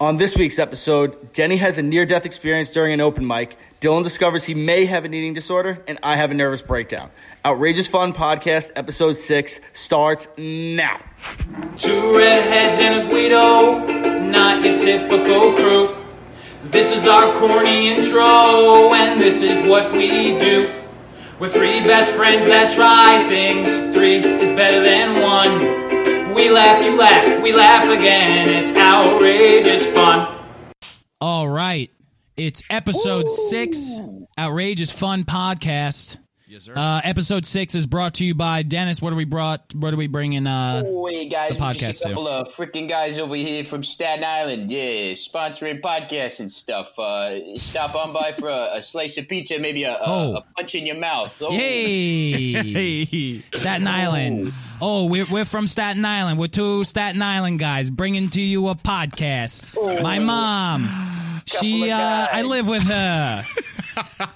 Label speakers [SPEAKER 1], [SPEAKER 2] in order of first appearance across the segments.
[SPEAKER 1] On this week's episode, Denny has a near death experience during an open mic. Dylan discovers he may have an eating disorder, and I have a nervous breakdown. Outrageous Fun Podcast, Episode 6, starts now.
[SPEAKER 2] Two redheads and a Guido, not your typical crew. This is our corny intro, and this is what we do. We're three best friends that try things, three is better than one. We laugh, you laugh, we laugh again, it's outrageous fun.
[SPEAKER 3] All right. It's episode six, Outrageous Fun Podcast. Yes, sir. Uh, episode six is brought to you by Dennis. What do we brought? What do we bring in? Uh,
[SPEAKER 4] Wait, guys,
[SPEAKER 3] The
[SPEAKER 4] we just
[SPEAKER 3] podcast,
[SPEAKER 4] a couple of freaking guys over here from Staten Island, yeah, sponsoring podcasts and stuff. Uh, stop on by for a, a slice of pizza, maybe a, a,
[SPEAKER 3] Oh.
[SPEAKER 4] a punch in your mouth. Oh,
[SPEAKER 3] hey, Staten Island. Oh, we're, we're from Staten Island. We're two Staten Island guys bringing to you a podcast. My mom. She,
[SPEAKER 4] Oh. of
[SPEAKER 3] uh, I
[SPEAKER 4] guys.
[SPEAKER 3] live with her.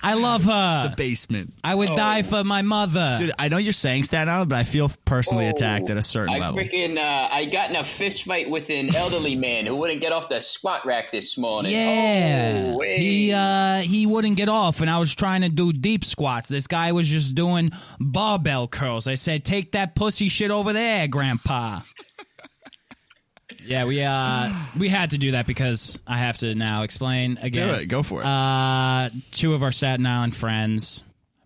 [SPEAKER 3] I love her.
[SPEAKER 5] basement.
[SPEAKER 3] I would
[SPEAKER 4] Oh.
[SPEAKER 3] die for my mother.
[SPEAKER 5] Dude, I know you're saying Staten Island, but I feel personally attacked at a certain
[SPEAKER 4] I
[SPEAKER 5] level.
[SPEAKER 4] freaking uh, I got in a fist fight with an elderly man who wouldn't get off the squat rack this morning.
[SPEAKER 3] Yeah,
[SPEAKER 4] Oh, hey.
[SPEAKER 3] he uh, he wouldn't get off, and I was trying to do deep squats. This guy was just doing barbell curls. I said, "Take that pussy shit over there, Grandpa." yeah, we uh, we had to do that because I have to now explain
[SPEAKER 5] Do
[SPEAKER 3] again.
[SPEAKER 5] it. Go for it.
[SPEAKER 3] Uh, two of our Staten Island friends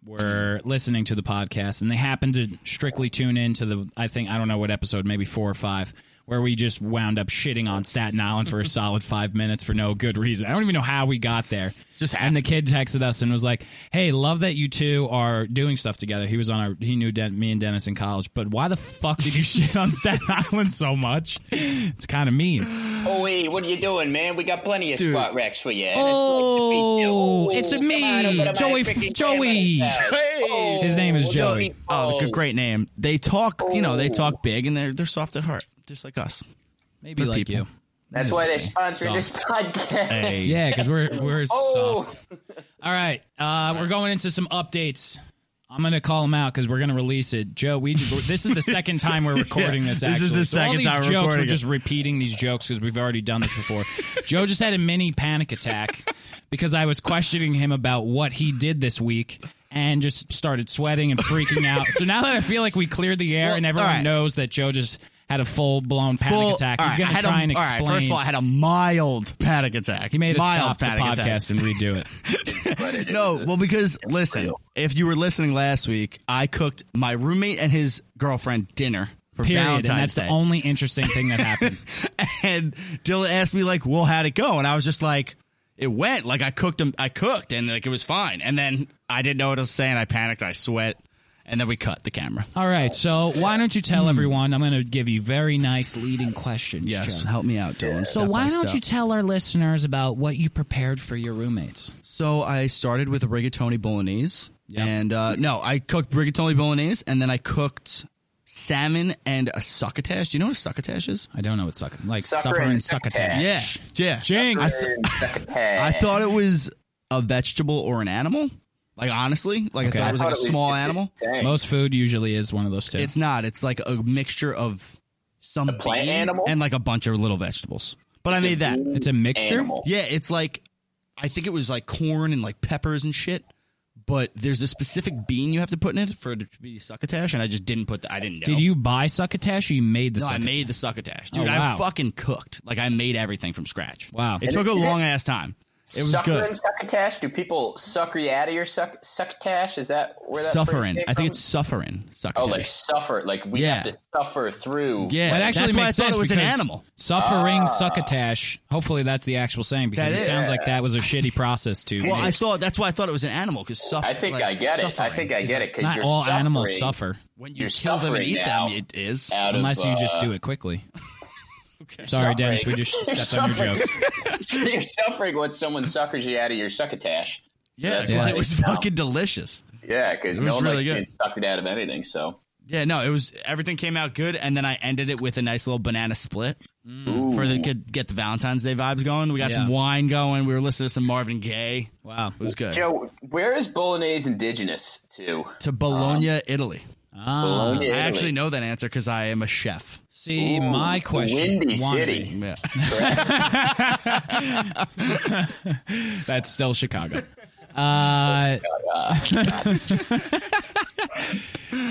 [SPEAKER 3] were listening to the podcast, and they happened to strictly tune in to the I think I don't know what episode, maybe four or five, where we just wound up shitting on Staten Island for a solid five minutes for no good reason. I don't even know how we got there. Just and the kid texted us and was like, "Hey, love that you two are doing stuff together." He was on our he knew Den- me and Dennis in college, but why the fuck did you shit on Staten Island so much? It's kind of mean.
[SPEAKER 4] Oh, hey, what are you doing, man? We got plenty of squat racks for you. and it's like the pizza.
[SPEAKER 3] Oh,
[SPEAKER 4] Ooh,
[SPEAKER 3] it's a
[SPEAKER 4] come
[SPEAKER 3] me,
[SPEAKER 4] on over to my
[SPEAKER 3] Joey-
[SPEAKER 4] freaking
[SPEAKER 3] Joey.
[SPEAKER 4] grandma's house. Oh,
[SPEAKER 3] His name is
[SPEAKER 4] look
[SPEAKER 3] Joey.
[SPEAKER 4] at me
[SPEAKER 5] oh,
[SPEAKER 4] go.
[SPEAKER 5] good, great name. They talk, you know, they
[SPEAKER 3] Oh.
[SPEAKER 5] talk big and they're they're soft at heart, just like us.
[SPEAKER 3] Maybe
[SPEAKER 5] For
[SPEAKER 3] like
[SPEAKER 5] people.
[SPEAKER 3] you.
[SPEAKER 4] That's why they're sponsoring this podcast.
[SPEAKER 5] Hey.
[SPEAKER 3] Yeah, because we're we're
[SPEAKER 4] Oh.
[SPEAKER 3] soft. All right, uh, we're going into some updates. I'm gonna call them out because we're gonna release it, Joe. We this is the second time we're recording this.
[SPEAKER 5] this
[SPEAKER 3] Actually,
[SPEAKER 5] is the
[SPEAKER 3] So all
[SPEAKER 5] second
[SPEAKER 3] these
[SPEAKER 5] time we're
[SPEAKER 3] jokes
[SPEAKER 5] recording
[SPEAKER 3] we're
[SPEAKER 5] it.
[SPEAKER 3] just repeating these jokes because we've already done this before. Joe just had a mini panic attack because I was questioning him about what he did this week and just started sweating and freaking out. So now that I feel like we cleared the air
[SPEAKER 5] Well,
[SPEAKER 3] and
[SPEAKER 5] all
[SPEAKER 3] everyone
[SPEAKER 5] right.
[SPEAKER 3] knows that Joe just had a full blown panic
[SPEAKER 5] Full-
[SPEAKER 3] attack,
[SPEAKER 5] all
[SPEAKER 3] he's
[SPEAKER 5] right, I
[SPEAKER 3] gonna
[SPEAKER 5] had
[SPEAKER 3] try
[SPEAKER 5] a-
[SPEAKER 3] and
[SPEAKER 5] all right,
[SPEAKER 3] explain.
[SPEAKER 5] first of all, I had a mild panic attack.
[SPEAKER 3] he made us
[SPEAKER 5] mild
[SPEAKER 3] stop the
[SPEAKER 5] panic
[SPEAKER 3] podcast
[SPEAKER 5] attack.
[SPEAKER 3] and redo it.
[SPEAKER 5] No, well, because listen, if you were listening last week, I cooked my roommate and his girlfriend dinner for
[SPEAKER 3] period.
[SPEAKER 5] Valentine's
[SPEAKER 3] and that's
[SPEAKER 5] Day.
[SPEAKER 3] the only interesting thing that happened.
[SPEAKER 5] and Dylan asked me like, "Well, how'd it go?" And I was just like, "It went. Like I cooked him. I cooked, and like it was fine." And then I didn't know what I was saying. I panicked. I sweat, and then we cut the camera.
[SPEAKER 3] All right, so why don't you tell everyone? I'm going to give you very nice leading questions. Joe.
[SPEAKER 5] help me out, Dylan.
[SPEAKER 3] So why don't you tell our listeners about what you prepared for your roommates?
[SPEAKER 5] so I started with rigatoni bolognese, and uh, no, I cooked rigatoni bolognese, and then I cooked salmon and a succotash. Do you know what a succotash is?
[SPEAKER 3] I don't know what suck like
[SPEAKER 4] Sucker
[SPEAKER 3] suffering
[SPEAKER 4] and
[SPEAKER 3] succotash.
[SPEAKER 5] Yeah, yeah.
[SPEAKER 3] Jinx.
[SPEAKER 5] I s- I thought it was a vegetable or an animal. Like honestly, like
[SPEAKER 3] Okay.
[SPEAKER 5] I thought
[SPEAKER 3] I
[SPEAKER 5] it was like a small animal.
[SPEAKER 3] Most food usually is one of those two.
[SPEAKER 5] It's not. It's like a mixture of some
[SPEAKER 4] plant
[SPEAKER 5] bean
[SPEAKER 4] animal?
[SPEAKER 5] and like a bunch of little vegetables. But I made that.
[SPEAKER 3] It's a mixture.
[SPEAKER 4] Animal.
[SPEAKER 5] Yeah, it's like I think it was like corn and like peppers and shit. But there's a specific bean you have to put in it for it to be succotash, and I just didn't put that. I didn't know.
[SPEAKER 3] Did you buy succotash? Or you made the
[SPEAKER 5] No, I
[SPEAKER 3] succotash.
[SPEAKER 5] made the succotash, dude.
[SPEAKER 3] Oh, wow.
[SPEAKER 5] I fucking cooked. Like I made everything from scratch.
[SPEAKER 3] Wow.
[SPEAKER 5] it took a long ass time. It was
[SPEAKER 4] Sucker and
[SPEAKER 5] good.
[SPEAKER 4] succotash? Do people sucker you out of your suck succotash? Is that where that phrase
[SPEAKER 5] Suffering.
[SPEAKER 4] came from?
[SPEAKER 5] I think it's suffering.
[SPEAKER 4] oh,
[SPEAKER 5] Succotash.
[SPEAKER 4] like suffer, like we have
[SPEAKER 5] Yeah.
[SPEAKER 4] to suffer through.
[SPEAKER 5] yeah,
[SPEAKER 3] That actually
[SPEAKER 5] that's why
[SPEAKER 3] makes
[SPEAKER 5] I thought
[SPEAKER 3] sense
[SPEAKER 5] it was an
[SPEAKER 3] because
[SPEAKER 5] animal.
[SPEAKER 3] Suffering succotash. Hopefully, that's the actual saying because
[SPEAKER 5] That
[SPEAKER 3] it
[SPEAKER 5] is.
[SPEAKER 3] sounds like that was a shitty process to.
[SPEAKER 5] Well, I
[SPEAKER 3] make.
[SPEAKER 5] thought that's why I thought it was an animal because
[SPEAKER 4] I think I get it. I think I get it because
[SPEAKER 3] not
[SPEAKER 4] you're
[SPEAKER 3] all
[SPEAKER 4] suffering
[SPEAKER 3] animals suffer.
[SPEAKER 5] when you
[SPEAKER 4] You're
[SPEAKER 5] kill them and
[SPEAKER 4] suffering
[SPEAKER 5] eat
[SPEAKER 4] now.
[SPEAKER 5] them, it is.
[SPEAKER 4] out of,
[SPEAKER 3] Unless you just
[SPEAKER 4] uh,
[SPEAKER 3] do it quickly. Sorry, Dennis, we just stepped on your jokes.
[SPEAKER 4] you're suffering when someone suckers you out of your succotash.
[SPEAKER 5] Yeah,
[SPEAKER 4] That's
[SPEAKER 5] because
[SPEAKER 4] why
[SPEAKER 5] it was
[SPEAKER 4] it's dumb.
[SPEAKER 5] fucking delicious.
[SPEAKER 4] Yeah, because
[SPEAKER 5] It
[SPEAKER 4] no
[SPEAKER 5] was
[SPEAKER 4] one
[SPEAKER 5] really
[SPEAKER 4] likes being suckered out of anything. So
[SPEAKER 5] Yeah, no, it was everything came out good, and then I ended it with a nice little banana split
[SPEAKER 4] Ooh.
[SPEAKER 5] Hmm, for the get, get the Valentine's Day vibes going. We got
[SPEAKER 3] Yeah.
[SPEAKER 5] some wine going. We were listening to some Marvin Gaye.
[SPEAKER 3] Wow.
[SPEAKER 5] It was good.
[SPEAKER 4] Joe, where is bolognese indigenous to?
[SPEAKER 5] to Bologna, Italy.
[SPEAKER 3] Oh,
[SPEAKER 4] Bologna,
[SPEAKER 5] Uh, I
[SPEAKER 4] um, Italy.
[SPEAKER 5] actually know that answer because I am a chef.
[SPEAKER 3] See, my question.
[SPEAKER 4] Windy City.
[SPEAKER 3] wannabe.
[SPEAKER 5] Yeah.
[SPEAKER 3] That's still Chicago. Uh,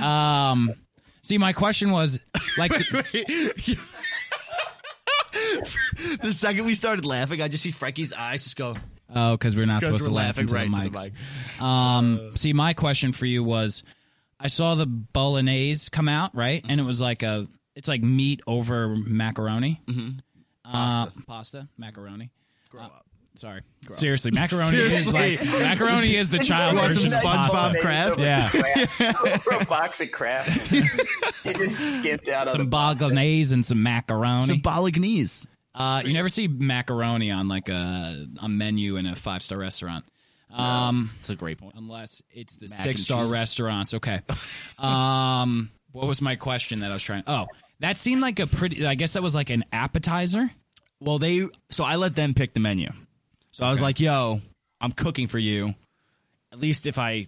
[SPEAKER 3] um, see, my question was like,
[SPEAKER 5] the second we started laughing, I just see Frankie's eyes just go.
[SPEAKER 3] oh, because we're not
[SPEAKER 5] Because
[SPEAKER 3] supposed
[SPEAKER 5] we're
[SPEAKER 3] to laugh
[SPEAKER 5] laughing
[SPEAKER 3] into
[SPEAKER 5] right
[SPEAKER 3] the
[SPEAKER 5] into the
[SPEAKER 3] mics. um, see, my question for you was, I saw the bolognese come out right, and it was like a, it's like meat over macaroni, mm-hmm. pasta. Uh, pasta, macaroni. Uh,
[SPEAKER 5] Grow up.
[SPEAKER 3] Sorry, seriously, macaroni is like
[SPEAKER 5] Seriously.
[SPEAKER 3] macaroni is the child
[SPEAKER 5] want some
[SPEAKER 3] version of
[SPEAKER 5] SpongeBob
[SPEAKER 3] pasta.
[SPEAKER 5] Kraft?
[SPEAKER 3] Yeah.
[SPEAKER 4] Over a box of Kraft. he just skipped out
[SPEAKER 3] some
[SPEAKER 4] on
[SPEAKER 3] bolognese and some macaroni.
[SPEAKER 5] Some bolognese.
[SPEAKER 3] Uh, you never see macaroni on like a a menu in a five star restaurant. Um,
[SPEAKER 5] That's a great point.
[SPEAKER 3] unless it's the
[SPEAKER 5] and
[SPEAKER 3] six star
[SPEAKER 5] cheese.
[SPEAKER 3] restaurants. Okay. um, what was my question that I was trying? Oh, that seemed like a pretty. I guess that was like an appetizer.
[SPEAKER 5] Well, they so I let them pick the menu. So I was like, "Yo, I'm cooking for you. At least if I,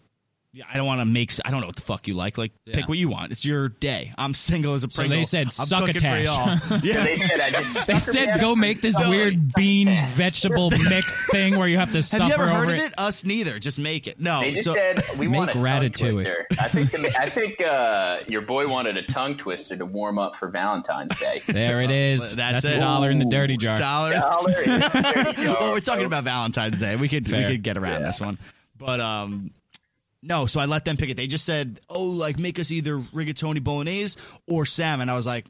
[SPEAKER 5] yeah, I don't want to make. I don't know what the fuck you like. Like, pick what you want. It's your day. I'm single as a
[SPEAKER 3] So
[SPEAKER 5] Pringle.
[SPEAKER 3] they said
[SPEAKER 5] I'm cooking for
[SPEAKER 3] succotash.
[SPEAKER 5] y'all.
[SPEAKER 4] the-
[SPEAKER 5] yeah,
[SPEAKER 4] They said I just.
[SPEAKER 3] They said go make this weird bean vegetable mix thing where you have to suffer
[SPEAKER 5] have you ever
[SPEAKER 3] over
[SPEAKER 5] heard of
[SPEAKER 3] it.
[SPEAKER 5] it? Us neither. Just make it. No.
[SPEAKER 4] They just
[SPEAKER 5] so
[SPEAKER 4] said we
[SPEAKER 3] Make
[SPEAKER 4] want a tongue
[SPEAKER 3] ratatouille.
[SPEAKER 4] twister. I think the, I think uh, your boy wanted a tongue twister to warm up for Valentine's Day.
[SPEAKER 3] There it is.
[SPEAKER 5] That's
[SPEAKER 3] That's,
[SPEAKER 5] it.
[SPEAKER 3] a dollar in the dirty jar.
[SPEAKER 5] dollar.
[SPEAKER 4] Dollar is thirty
[SPEAKER 5] oh, we're
[SPEAKER 4] dollars.
[SPEAKER 5] talking about Valentine's Day. We could
[SPEAKER 3] Fair.
[SPEAKER 5] we could get around this one, but um, no. So I let them pick it. They just said, "Oh, like make us either rigatoni bolognese or salmon." I was like,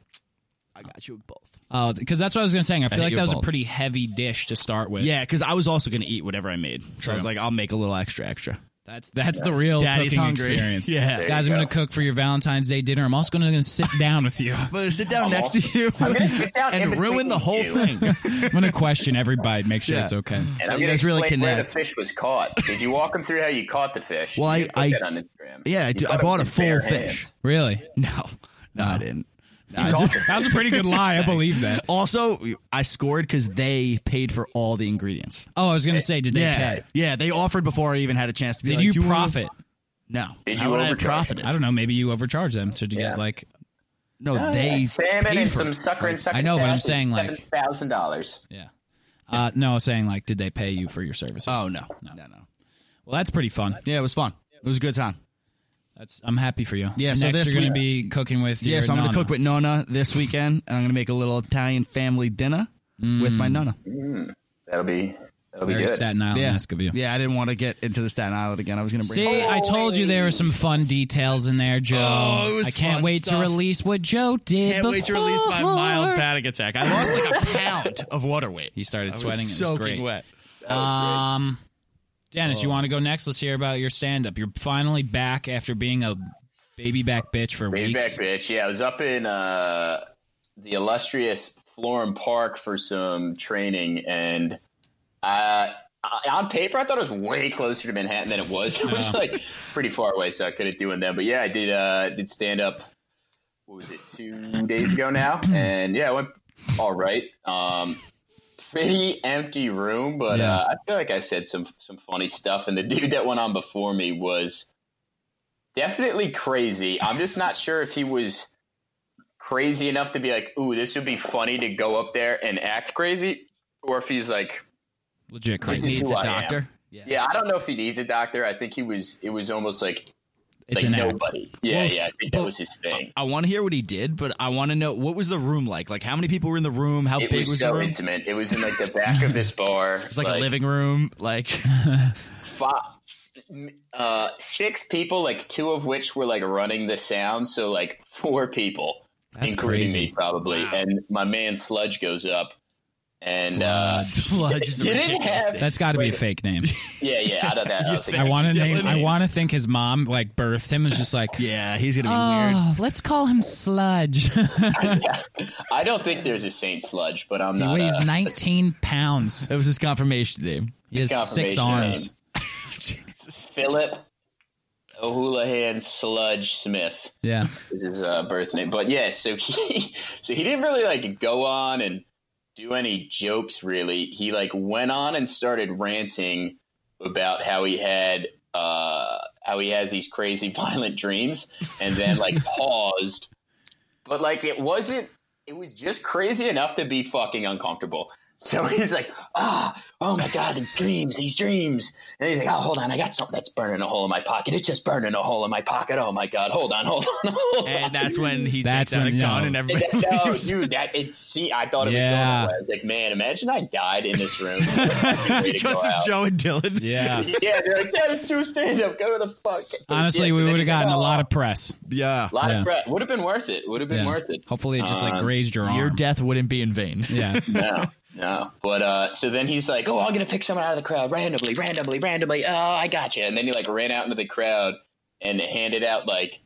[SPEAKER 5] "I got you with both."
[SPEAKER 3] Oh, because that's what I was gonna say. I feel
[SPEAKER 5] think
[SPEAKER 3] like
[SPEAKER 5] you're
[SPEAKER 3] that was a
[SPEAKER 5] bald.
[SPEAKER 3] pretty heavy dish to start with.
[SPEAKER 5] Yeah, because I was also going to eat whatever I made. So I was like, "I'll make a little extra, extra."
[SPEAKER 3] That's that's the real
[SPEAKER 5] Daddy's
[SPEAKER 3] cooking
[SPEAKER 5] hungry.
[SPEAKER 3] experience.
[SPEAKER 5] Yeah. There
[SPEAKER 3] guys,
[SPEAKER 4] you
[SPEAKER 3] I'm going
[SPEAKER 4] go.
[SPEAKER 3] to cook for your Valentine's Day dinner. I'm also going to sit down with you.
[SPEAKER 5] But sit down next to you
[SPEAKER 4] I'm gonna sit down in
[SPEAKER 5] and
[SPEAKER 4] between
[SPEAKER 5] ruin the whole
[SPEAKER 4] you.
[SPEAKER 5] thing.
[SPEAKER 3] I'm going to question every bite, make sure
[SPEAKER 5] Yeah.
[SPEAKER 3] it's okay.
[SPEAKER 4] And
[SPEAKER 5] Now
[SPEAKER 4] I'm
[SPEAKER 5] you
[SPEAKER 4] gonna
[SPEAKER 5] guys really
[SPEAKER 4] explain where the
[SPEAKER 5] connect.
[SPEAKER 4] fish was caught. Did you walk him through how you caught the fish?
[SPEAKER 5] Well, I-
[SPEAKER 4] You put
[SPEAKER 5] I-
[SPEAKER 4] that on Instagram.
[SPEAKER 5] yeah, I
[SPEAKER 4] You
[SPEAKER 5] do- I
[SPEAKER 4] caught it
[SPEAKER 5] bought
[SPEAKER 4] with
[SPEAKER 5] a full
[SPEAKER 4] your bare
[SPEAKER 5] fish.
[SPEAKER 4] hands.
[SPEAKER 3] Really?
[SPEAKER 5] no, no, I didn't. No, I just-
[SPEAKER 3] That was a pretty good lie. I believe that.
[SPEAKER 5] also, I scored because they paid for all the ingredients.
[SPEAKER 3] Oh, I was going to say, did they
[SPEAKER 5] yeah,
[SPEAKER 3] pay?
[SPEAKER 5] yeah, they offered before I even had a chance to be.
[SPEAKER 3] Did
[SPEAKER 5] like,
[SPEAKER 3] you,
[SPEAKER 5] wanna-
[SPEAKER 3] profit?
[SPEAKER 5] No.
[SPEAKER 4] Did
[SPEAKER 5] How
[SPEAKER 4] you
[SPEAKER 5] would I have
[SPEAKER 4] overcharge?
[SPEAKER 5] profited?
[SPEAKER 3] I don't know. Maybe you overcharged them to
[SPEAKER 4] Yeah.
[SPEAKER 3] get like.
[SPEAKER 5] No,
[SPEAKER 4] Oh,
[SPEAKER 5] they
[SPEAKER 4] yeah, salmon
[SPEAKER 5] paid
[SPEAKER 4] and
[SPEAKER 5] for
[SPEAKER 4] some
[SPEAKER 5] it.
[SPEAKER 4] sucker and sucker.
[SPEAKER 3] I know, but I'm
[SPEAKER 4] tass is
[SPEAKER 3] saying, like-
[SPEAKER 4] thousand dollars.
[SPEAKER 3] Yeah. Uh, no, saying like, did they pay you for your services?
[SPEAKER 5] Oh no. no, no,
[SPEAKER 3] Well, that's pretty fun.
[SPEAKER 5] Yeah, it was fun. It was a good time.
[SPEAKER 3] That's I'm happy for you.
[SPEAKER 5] Yeah,
[SPEAKER 3] Next,
[SPEAKER 5] so this
[SPEAKER 3] you're going
[SPEAKER 5] week-
[SPEAKER 3] to be cooking with.
[SPEAKER 5] Yeah,
[SPEAKER 3] your
[SPEAKER 5] so I'm gonna
[SPEAKER 3] nonna.
[SPEAKER 5] cook with Nona this weekend, and I'm gonna make a little Italian family dinner with my Nona.
[SPEAKER 4] That'll be that'll be
[SPEAKER 3] Very
[SPEAKER 4] good.
[SPEAKER 3] Staten Island
[SPEAKER 5] Yeah,
[SPEAKER 3] esque of you.
[SPEAKER 5] yeah. I didn't want to get into the Staten Island again. I was gonna bring.
[SPEAKER 3] See, I told you there were some fun details in there, Joe.
[SPEAKER 5] Oh, it was
[SPEAKER 3] I can't
[SPEAKER 5] fun
[SPEAKER 3] wait
[SPEAKER 5] stuff.
[SPEAKER 3] to release what Joe did.
[SPEAKER 5] Can't wait to release my
[SPEAKER 3] before.
[SPEAKER 5] mild panic attack. I lost like a pound of water weight.
[SPEAKER 3] He started sweating. It was great.
[SPEAKER 5] soaking wet.
[SPEAKER 3] Um, Dennis,
[SPEAKER 4] Oh.
[SPEAKER 3] you want to go next? Let's hear about your stand up. You're finally back after being a baby back bitch for
[SPEAKER 4] Way back,
[SPEAKER 3] weeks.
[SPEAKER 4] bitch. Yeah, I was up in uh, the illustrious Florham Park for some training, and uh, I- on paper, I thought it was way closer to Manhattan than it was. It was like pretty far away, so I couldn't do it then. But yeah, I did uh, did stand up. What was it? Two days ago now, and yeah, it went all right. Um, pretty empty room, but
[SPEAKER 3] Yeah.
[SPEAKER 4] uh, I feel like I said some some funny stuff. And the dude that went on before me was definitely crazy. I'm just not sure if he was crazy enough to be like, "Ooh, this would be funny to go up there and act crazy," or if he's like,
[SPEAKER 3] Legit
[SPEAKER 4] This
[SPEAKER 3] crazy.
[SPEAKER 4] is
[SPEAKER 5] Needs
[SPEAKER 4] who I
[SPEAKER 5] a
[SPEAKER 4] am.
[SPEAKER 5] doctor.
[SPEAKER 4] "Yeah, I don't know if he needs a doctor." I think he was. It was almost like
[SPEAKER 3] It's
[SPEAKER 4] like
[SPEAKER 3] an act.
[SPEAKER 4] nobody. Yeah,
[SPEAKER 5] Well,
[SPEAKER 4] yeah. I think that
[SPEAKER 5] but-
[SPEAKER 4] was his thing.
[SPEAKER 5] I want to hear what he did, but I want to know what was the room like. Like, how many people were in the room? How
[SPEAKER 4] It
[SPEAKER 5] big
[SPEAKER 4] was,
[SPEAKER 5] was the
[SPEAKER 4] so
[SPEAKER 5] room?
[SPEAKER 4] intimate. It was in like the back of this bar.
[SPEAKER 5] It's like a living room. Like,
[SPEAKER 4] five, uh, six people, like two of which were like running the sound. So like four people,
[SPEAKER 3] That's
[SPEAKER 4] including
[SPEAKER 3] crazy.
[SPEAKER 4] me probably. And my man Sludge goes up, and uh,
[SPEAKER 5] sludge is a
[SPEAKER 4] Didn't
[SPEAKER 5] ridiculous
[SPEAKER 4] have-
[SPEAKER 5] thing.
[SPEAKER 3] That's got to be a fake name.
[SPEAKER 4] yeah, yeah, I don't know. I don't think
[SPEAKER 3] I want to
[SPEAKER 5] Dylan
[SPEAKER 3] name. I
[SPEAKER 5] name.
[SPEAKER 3] want to think his mom like birthed him. Is just like,
[SPEAKER 5] Yeah, he's gonna be weird.
[SPEAKER 3] oh, let's call him Sludge. he
[SPEAKER 4] I don't think there's a Saint Sludge, but I'm not.
[SPEAKER 3] weighs
[SPEAKER 4] uh,
[SPEAKER 3] 19 pounds.
[SPEAKER 5] That was his confirmation name.
[SPEAKER 3] He has six
[SPEAKER 4] confirmation
[SPEAKER 3] arms.
[SPEAKER 4] name. Philip O'Houlihan Sludge Smith.
[SPEAKER 3] Yeah.
[SPEAKER 4] is his uh, birth name. But yeah, so he so he didn't really like go on and do any jokes really. He like went on and started ranting about how he had uh, how he has these crazy violent dreams and then like paused. But like it wasn't it was just crazy enough to be fucking uncomfortable. So he's like, ah, oh my god, these dreams, these dreams. And he's like, oh, hold on, I got something that's burning a hole in my pocket. It's just burning a hole in my pocket. Oh my god, hold on, hold on, hold on.
[SPEAKER 5] And that's when he
[SPEAKER 3] That's
[SPEAKER 5] takes out a
[SPEAKER 3] when-
[SPEAKER 5] gun
[SPEAKER 3] no.
[SPEAKER 5] and everybody.
[SPEAKER 4] That- no, dude, that it. See, I thought it
[SPEAKER 3] Yeah.
[SPEAKER 4] was going away. I was like, man, imagine I died in this room Way to go
[SPEAKER 5] because of
[SPEAKER 4] out.
[SPEAKER 5] Joe and Dylan.
[SPEAKER 3] Yeah.
[SPEAKER 4] Yeah, they're like, yeah, let's do a stand up. Go to the fuck.
[SPEAKER 3] Honestly, we would have gotten
[SPEAKER 4] "Oh."
[SPEAKER 3] a lot of press.
[SPEAKER 5] Yeah.
[SPEAKER 4] lot
[SPEAKER 3] yeah.
[SPEAKER 4] of prep. Would have been worth it. Would have been
[SPEAKER 3] Yeah.
[SPEAKER 4] worth it.
[SPEAKER 3] Hopefully, it just like
[SPEAKER 4] Um,
[SPEAKER 3] grazed your arm.
[SPEAKER 5] Your death wouldn't be in vain.
[SPEAKER 3] yeah.
[SPEAKER 4] no, no. But uh, so then he's like, "Oh, I'm gonna pick someone out of the crowd randomly, randomly, randomly." Oh, I got you. And then he like ran out into the crowd and handed out like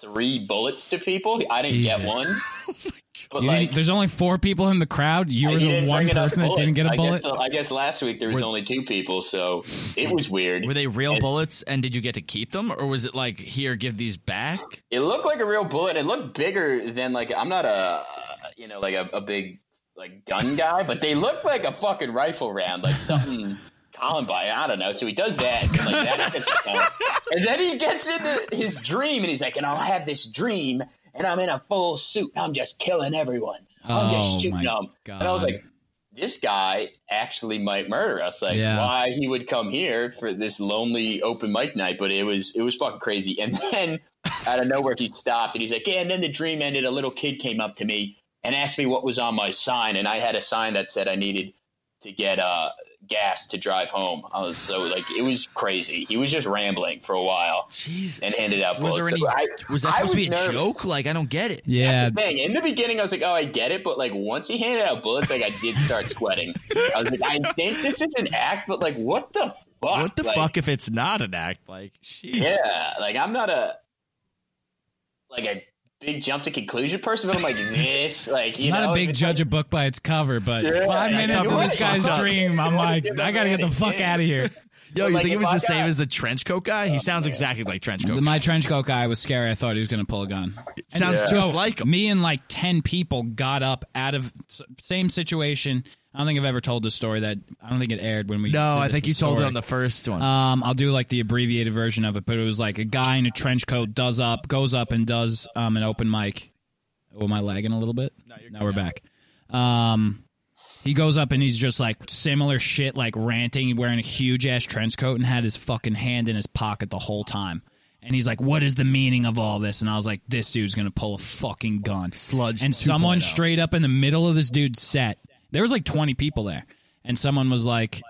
[SPEAKER 4] three bullets to people. I didn't get
[SPEAKER 3] Jesus. Oh
[SPEAKER 4] one. But
[SPEAKER 3] You
[SPEAKER 4] like,
[SPEAKER 3] didn't- there's only four people in the crowd. You were
[SPEAKER 4] he
[SPEAKER 3] the
[SPEAKER 4] didn't
[SPEAKER 3] one
[SPEAKER 4] bring enough
[SPEAKER 3] person that didn't get a
[SPEAKER 4] bullets. I
[SPEAKER 3] bullet.
[SPEAKER 4] guess, I guess last week there was only two people, so it was weird.
[SPEAKER 5] Were they real
[SPEAKER 4] And-
[SPEAKER 5] bullets and did you get to keep them or was it like here give these back?
[SPEAKER 4] It looked like a real bullet. It looked bigger than like I'm not a you know like a, a big like gun guy, but they look like a fucking rifle round, like something Columbine. I don't know. So he does that, and, like, that gets him going. and then he gets into his dream, and he's like, "And I'll have this dream, and I'm in a full suit, and I'm just killing everyone. I'm
[SPEAKER 3] Oh,
[SPEAKER 4] just shooting
[SPEAKER 3] my
[SPEAKER 4] them." And I was
[SPEAKER 3] God.
[SPEAKER 4] like. This guy actually might murder us. Like,
[SPEAKER 3] Yeah.
[SPEAKER 4] why he would come here for this lonely open mic night? But it was it was fucking crazy. And then out of nowhere he stopped and he's like, Yeah, and then the dream ended. A little kid came up to me and asked me what was on my sign, and I had a sign that said I needed to get uh gas to drive home. I was so like it was crazy. He was just rambling for a while
[SPEAKER 5] Jesus.
[SPEAKER 4] and handed out
[SPEAKER 5] Were there
[SPEAKER 4] bullets.
[SPEAKER 5] any,
[SPEAKER 4] So I-
[SPEAKER 5] was that
[SPEAKER 4] I
[SPEAKER 5] supposed to be a
[SPEAKER 4] was nervous.
[SPEAKER 5] joke? Like I don't get it.
[SPEAKER 3] Yeah.
[SPEAKER 4] That's the thing. In the beginning, I was like, "Oh, I get it," but like once he handed out bullets, like I did start sweating. I was like, "I think this is an act," but like, what the fuck?
[SPEAKER 5] What the
[SPEAKER 4] Like,
[SPEAKER 5] fuck if it's not an act? Like shit.
[SPEAKER 4] Yeah, like I'm not a like a big jump to conclusion person, but I'm like this, like you
[SPEAKER 3] I'm not
[SPEAKER 4] know,
[SPEAKER 3] a big
[SPEAKER 4] it's
[SPEAKER 3] judge of book by its cover, but
[SPEAKER 4] Yeah,
[SPEAKER 3] five
[SPEAKER 4] yeah,
[SPEAKER 3] minutes
[SPEAKER 5] you're
[SPEAKER 3] of this
[SPEAKER 5] right.
[SPEAKER 3] guy's
[SPEAKER 5] Fuck up.
[SPEAKER 3] dream, I'm
[SPEAKER 4] You're
[SPEAKER 3] like,
[SPEAKER 4] right.
[SPEAKER 3] I gotta get the fuck
[SPEAKER 4] Yeah.
[SPEAKER 3] out of here.
[SPEAKER 5] Yo, you
[SPEAKER 4] Like, Oh,
[SPEAKER 5] think it
[SPEAKER 4] if
[SPEAKER 5] was
[SPEAKER 4] I
[SPEAKER 5] the same
[SPEAKER 4] got-
[SPEAKER 5] as the trench coat guy? He sounds exactly like trench coat.
[SPEAKER 3] My trench coat guy was scary. I thought he was gonna pull a gun. And
[SPEAKER 5] sounds
[SPEAKER 3] so
[SPEAKER 5] just like him.
[SPEAKER 3] me and like ten people got up out of s- same situation. I don't think I've ever told this story. That I don't think it aired when we.
[SPEAKER 5] No,
[SPEAKER 3] did
[SPEAKER 5] I
[SPEAKER 3] this
[SPEAKER 5] think you
[SPEAKER 3] with
[SPEAKER 5] told it
[SPEAKER 3] Story.
[SPEAKER 5] on the first one.
[SPEAKER 3] Um, I'll do like the abbreviated version of it, but it was like a guy in a trench coat does up, goes up and does um an open mic. Oh, am I lagging a little bit? No, you're now we're back. Um, he goes up and he's just like similar shit, like ranting, wearing a huge ass trench coat, and had his fucking hand in his pocket the whole time. And he's like, "What is the meaning of all this?" And I was like, "This dude's gonna pull a fucking gun."
[SPEAKER 5] Sludge
[SPEAKER 3] And someone
[SPEAKER 5] 2.0.
[SPEAKER 3] straight up in the middle of this dude's set. There was like twenty people there, and someone was like,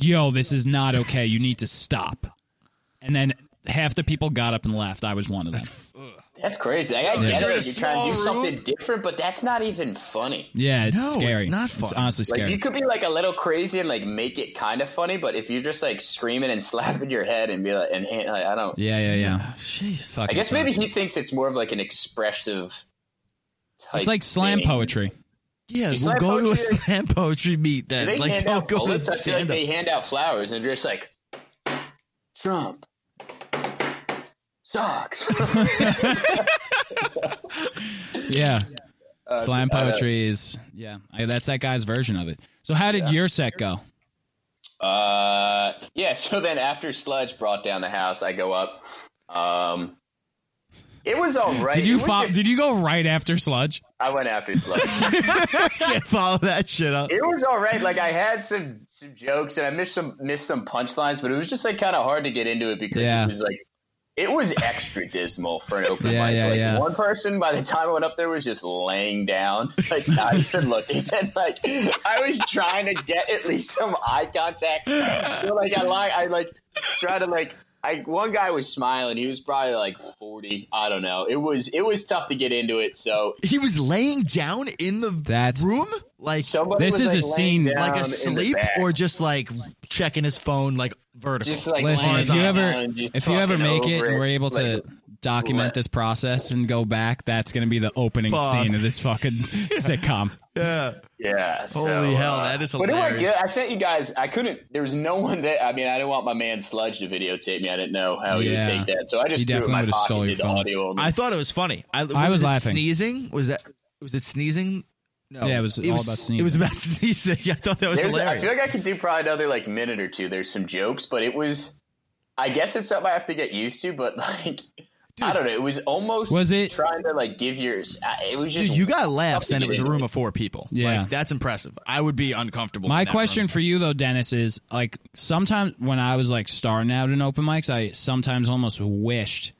[SPEAKER 3] yo, this is not okay. You need to stop. And then half the people got up and left. I was one of them.
[SPEAKER 4] That's crazy. Like, I get
[SPEAKER 5] You're in a
[SPEAKER 4] it. You're trying to do
[SPEAKER 5] small room.
[SPEAKER 4] something different, but that's not even funny.
[SPEAKER 3] Yeah, it's
[SPEAKER 5] No, it's
[SPEAKER 3] scary.
[SPEAKER 5] not fun.
[SPEAKER 3] honestly
[SPEAKER 4] Like
[SPEAKER 3] scary.
[SPEAKER 4] you could be like a little crazy and like make it kind of funny, but if you're just like screaming and slapping your head and be like, and hand- like, I don't.
[SPEAKER 3] yeah, yeah, yeah.
[SPEAKER 5] Jeez.
[SPEAKER 3] Fucking
[SPEAKER 4] I guess
[SPEAKER 3] sucks.
[SPEAKER 4] maybe he thinks it's more of like an expressive. Type
[SPEAKER 3] it's like slam
[SPEAKER 4] thing.
[SPEAKER 3] poetry.
[SPEAKER 5] Yeah,
[SPEAKER 4] You
[SPEAKER 5] we'll
[SPEAKER 4] slam
[SPEAKER 5] go to a
[SPEAKER 4] poetry-
[SPEAKER 5] slam poetry meet
[SPEAKER 4] Do
[SPEAKER 5] then.
[SPEAKER 4] They
[SPEAKER 5] like
[SPEAKER 4] hand
[SPEAKER 5] don't
[SPEAKER 4] out
[SPEAKER 5] go to
[SPEAKER 4] bullets. I feel like
[SPEAKER 5] stand up.
[SPEAKER 4] they hand out flowers and they're just like Trump sucks.
[SPEAKER 3] Yeah.
[SPEAKER 4] Uh,
[SPEAKER 3] slam
[SPEAKER 4] I don't-
[SPEAKER 3] poetry is yeah. I, that's that guy's version of it. So how did your set go?
[SPEAKER 4] Uh, yeah. So then after Sludge brought down the house, I go up. Um, it was all right.
[SPEAKER 3] Did
[SPEAKER 4] It
[SPEAKER 3] you
[SPEAKER 4] was
[SPEAKER 3] fo-
[SPEAKER 4] just-
[SPEAKER 3] did you go right after sludge?
[SPEAKER 4] I went after Sludge.
[SPEAKER 5] Can't follow that shit up.
[SPEAKER 4] it was all right. Like I had some some jokes and I missed some missed some punchlines, but it was just like kind of hard to get into it because
[SPEAKER 3] Yeah.
[SPEAKER 4] it was like. It was extra dismal for an open
[SPEAKER 3] Yeah,
[SPEAKER 4] mic.
[SPEAKER 3] yeah,
[SPEAKER 4] like
[SPEAKER 3] yeah.
[SPEAKER 4] one person, by the time I went up there, was just laying down, like not even looking. And like I was trying to get at least some eye contact. So like I like I like try to like I one guy was smiling. He was probably like forty. I don't know. It was it was tough to get into it. So
[SPEAKER 5] He was laying down in the
[SPEAKER 3] That's-
[SPEAKER 5] room, like
[SPEAKER 4] somebody
[SPEAKER 3] This
[SPEAKER 4] was,
[SPEAKER 3] is
[SPEAKER 4] like,
[SPEAKER 3] a
[SPEAKER 4] laying
[SPEAKER 3] scene-
[SPEAKER 4] down
[SPEAKER 5] like
[SPEAKER 4] in the
[SPEAKER 5] asleep,
[SPEAKER 4] back.
[SPEAKER 5] or just like checking his phone, like vertical.
[SPEAKER 4] just like
[SPEAKER 3] Listen,
[SPEAKER 4] laying
[SPEAKER 3] if you
[SPEAKER 4] down
[SPEAKER 3] ever
[SPEAKER 4] and just
[SPEAKER 3] if you ever
[SPEAKER 4] talking
[SPEAKER 3] make it
[SPEAKER 4] over
[SPEAKER 3] and we're able to
[SPEAKER 4] like,
[SPEAKER 3] document
[SPEAKER 4] let-
[SPEAKER 3] this process and go back, that's gonna be the opening
[SPEAKER 5] Fuck.
[SPEAKER 3] scene of this fucking sitcom.
[SPEAKER 5] yeah.
[SPEAKER 4] yeah, so,
[SPEAKER 5] Holy hell,
[SPEAKER 4] uh,
[SPEAKER 5] that is
[SPEAKER 4] But it went
[SPEAKER 5] hilarious.
[SPEAKER 4] good. I sent you guys. I couldn't. There was no one that. I mean, I didn't want my man Sludge to videotape me. I didn't know how
[SPEAKER 3] Yeah.
[SPEAKER 4] he would take that, so I
[SPEAKER 3] He
[SPEAKER 4] just threw it in
[SPEAKER 3] definitely
[SPEAKER 4] my
[SPEAKER 3] would've
[SPEAKER 4] pocket.
[SPEAKER 3] stole
[SPEAKER 4] and
[SPEAKER 3] your
[SPEAKER 4] did the
[SPEAKER 3] phone.
[SPEAKER 4] audio only.
[SPEAKER 5] I thought it was funny. I,
[SPEAKER 3] was
[SPEAKER 5] it
[SPEAKER 3] laughing.
[SPEAKER 5] Sneezing was that? Was it sneezing? No.
[SPEAKER 3] Yeah, it was all about
[SPEAKER 5] It
[SPEAKER 3] sneezing.
[SPEAKER 5] was about sneezing. I thought that was
[SPEAKER 4] There's- I
[SPEAKER 5] hilarious.
[SPEAKER 4] feel like I could do probably another like minute or two. There's some jokes, but it was I guess it's something I have to get used to, but like, I don't know. It was almost
[SPEAKER 3] Was it-
[SPEAKER 4] trying to like give yours. I- It was just
[SPEAKER 5] Dude, you got laughs,
[SPEAKER 4] Something
[SPEAKER 5] and it was a
[SPEAKER 4] you
[SPEAKER 5] room
[SPEAKER 4] didn't-
[SPEAKER 5] of four people.
[SPEAKER 3] Yeah.
[SPEAKER 5] like, that's impressive. I would be uncomfortable.
[SPEAKER 3] My
[SPEAKER 5] in that
[SPEAKER 3] question
[SPEAKER 5] room.
[SPEAKER 3] for you though, Dennis, is like sometimes when I was like starting out in open mics, I sometimes almost wished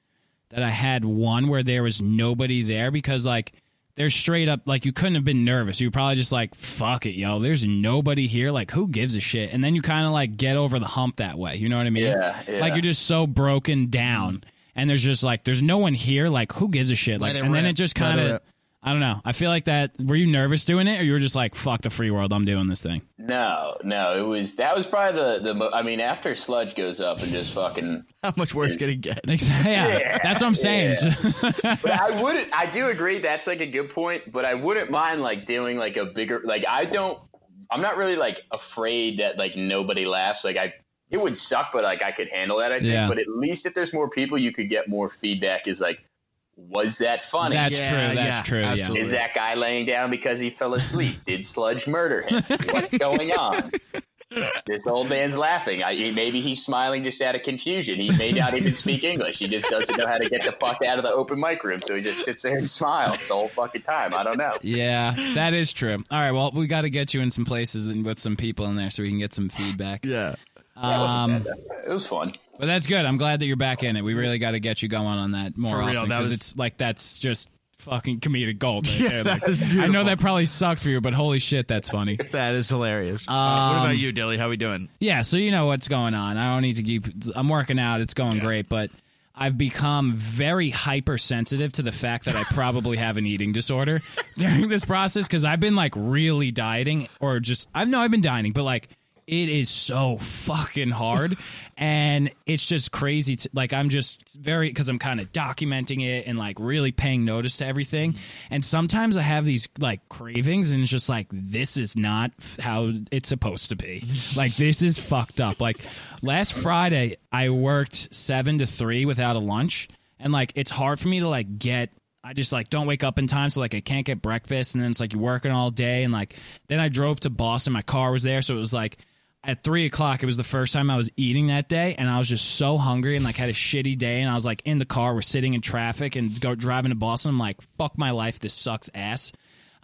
[SPEAKER 3] that I had one where there was nobody there because like they're straight up like you couldn't have been nervous. You were probably just like, fuck it, yo, there's nobody here. Like who gives a shit? And then you kinda like get over the hump that way. You know what I mean?
[SPEAKER 4] Yeah, yeah. Mm-hmm.
[SPEAKER 3] Like you're just so broken down and there's just like there's no one here, like who gives a shit?
[SPEAKER 5] Let
[SPEAKER 3] Like
[SPEAKER 5] it
[SPEAKER 3] and then
[SPEAKER 5] rip.
[SPEAKER 3] it just
[SPEAKER 5] Let it
[SPEAKER 3] kinda
[SPEAKER 5] rip.
[SPEAKER 3] I don't know. I feel like that were you nervous doing it or you were just like, fuck the free world, I'm doing this thing.
[SPEAKER 4] no, no. It was that was probably the the. Mo- I mean, after sludge goes up and just fucking.
[SPEAKER 5] How much worse could it get?
[SPEAKER 3] Exactly. Yeah. That's what I'm saying.
[SPEAKER 4] But I would. I do agree. That's like a good point. But I wouldn't mind like doing like a bigger. Like I don't. I'm not really like afraid that like nobody laughs. Like I. It would suck, but like I could handle that. I think.
[SPEAKER 3] Yeah.
[SPEAKER 4] But at least if there's more people, you could get more feedback. Is like, was that funny?
[SPEAKER 3] That's
[SPEAKER 5] Yeah,
[SPEAKER 3] true. That's
[SPEAKER 5] yeah,
[SPEAKER 3] true.
[SPEAKER 5] absolutely.
[SPEAKER 4] Is that guy laying down because he fell asleep? Did Sludge murder him? What's going on? This old man's laughing. I, he- maybe he's smiling just out of confusion. He may not even speak English. He just doesn't know how to get the fuck out of the open mic room, so he just sits there and smiles the whole fucking time. I don't know.
[SPEAKER 3] Yeah. Yeah, that is true. All right, well, we got to get you in some places and with some people in there so we can get some feedback.
[SPEAKER 5] Yeah.
[SPEAKER 3] Um,
[SPEAKER 4] It was fun.
[SPEAKER 3] but that's good. I'm glad that you're back in it. We really got to get you going on that more
[SPEAKER 5] For real,
[SPEAKER 3] often
[SPEAKER 5] that
[SPEAKER 3] because
[SPEAKER 5] was-
[SPEAKER 3] it's like that's just fucking comedic gold. Right there.
[SPEAKER 5] that
[SPEAKER 3] Like,
[SPEAKER 5] is
[SPEAKER 3] I know
[SPEAKER 5] beautiful.
[SPEAKER 3] that probably sucked for you, but holy shit, that's funny.
[SPEAKER 5] That is hilarious. Uh, what
[SPEAKER 3] Um,
[SPEAKER 5] about you, Dilly? How we doing?
[SPEAKER 3] Yeah, so you know what's going on. I don't need to keep. I'm working out. It's going great, but I've become very hypersensitive to the fact that I probably have an eating disorder during this process because I've been like really dieting or just. I've no, I've been dieting, but like it is so fucking hard and it's just crazy to, like i'm just very because i'm kind of documenting it and like really paying notice to everything and sometimes i have these like cravings and it's just like this is not f- how it's supposed to be like this is fucked up like last friday i worked seven to three without a lunch and like it's hard for me to like get I just like don't wake up in time, so like I can't get breakfast, and then it's like you're working all day, and like then I drove to Boston, my car was there, so it was like at three o'clock. It was the first time I was eating that day, and I was just so hungry and like had a shitty day, and I was like in the car, we're sitting in traffic and go driving to Boston. I'm like, fuck my life, this sucks ass.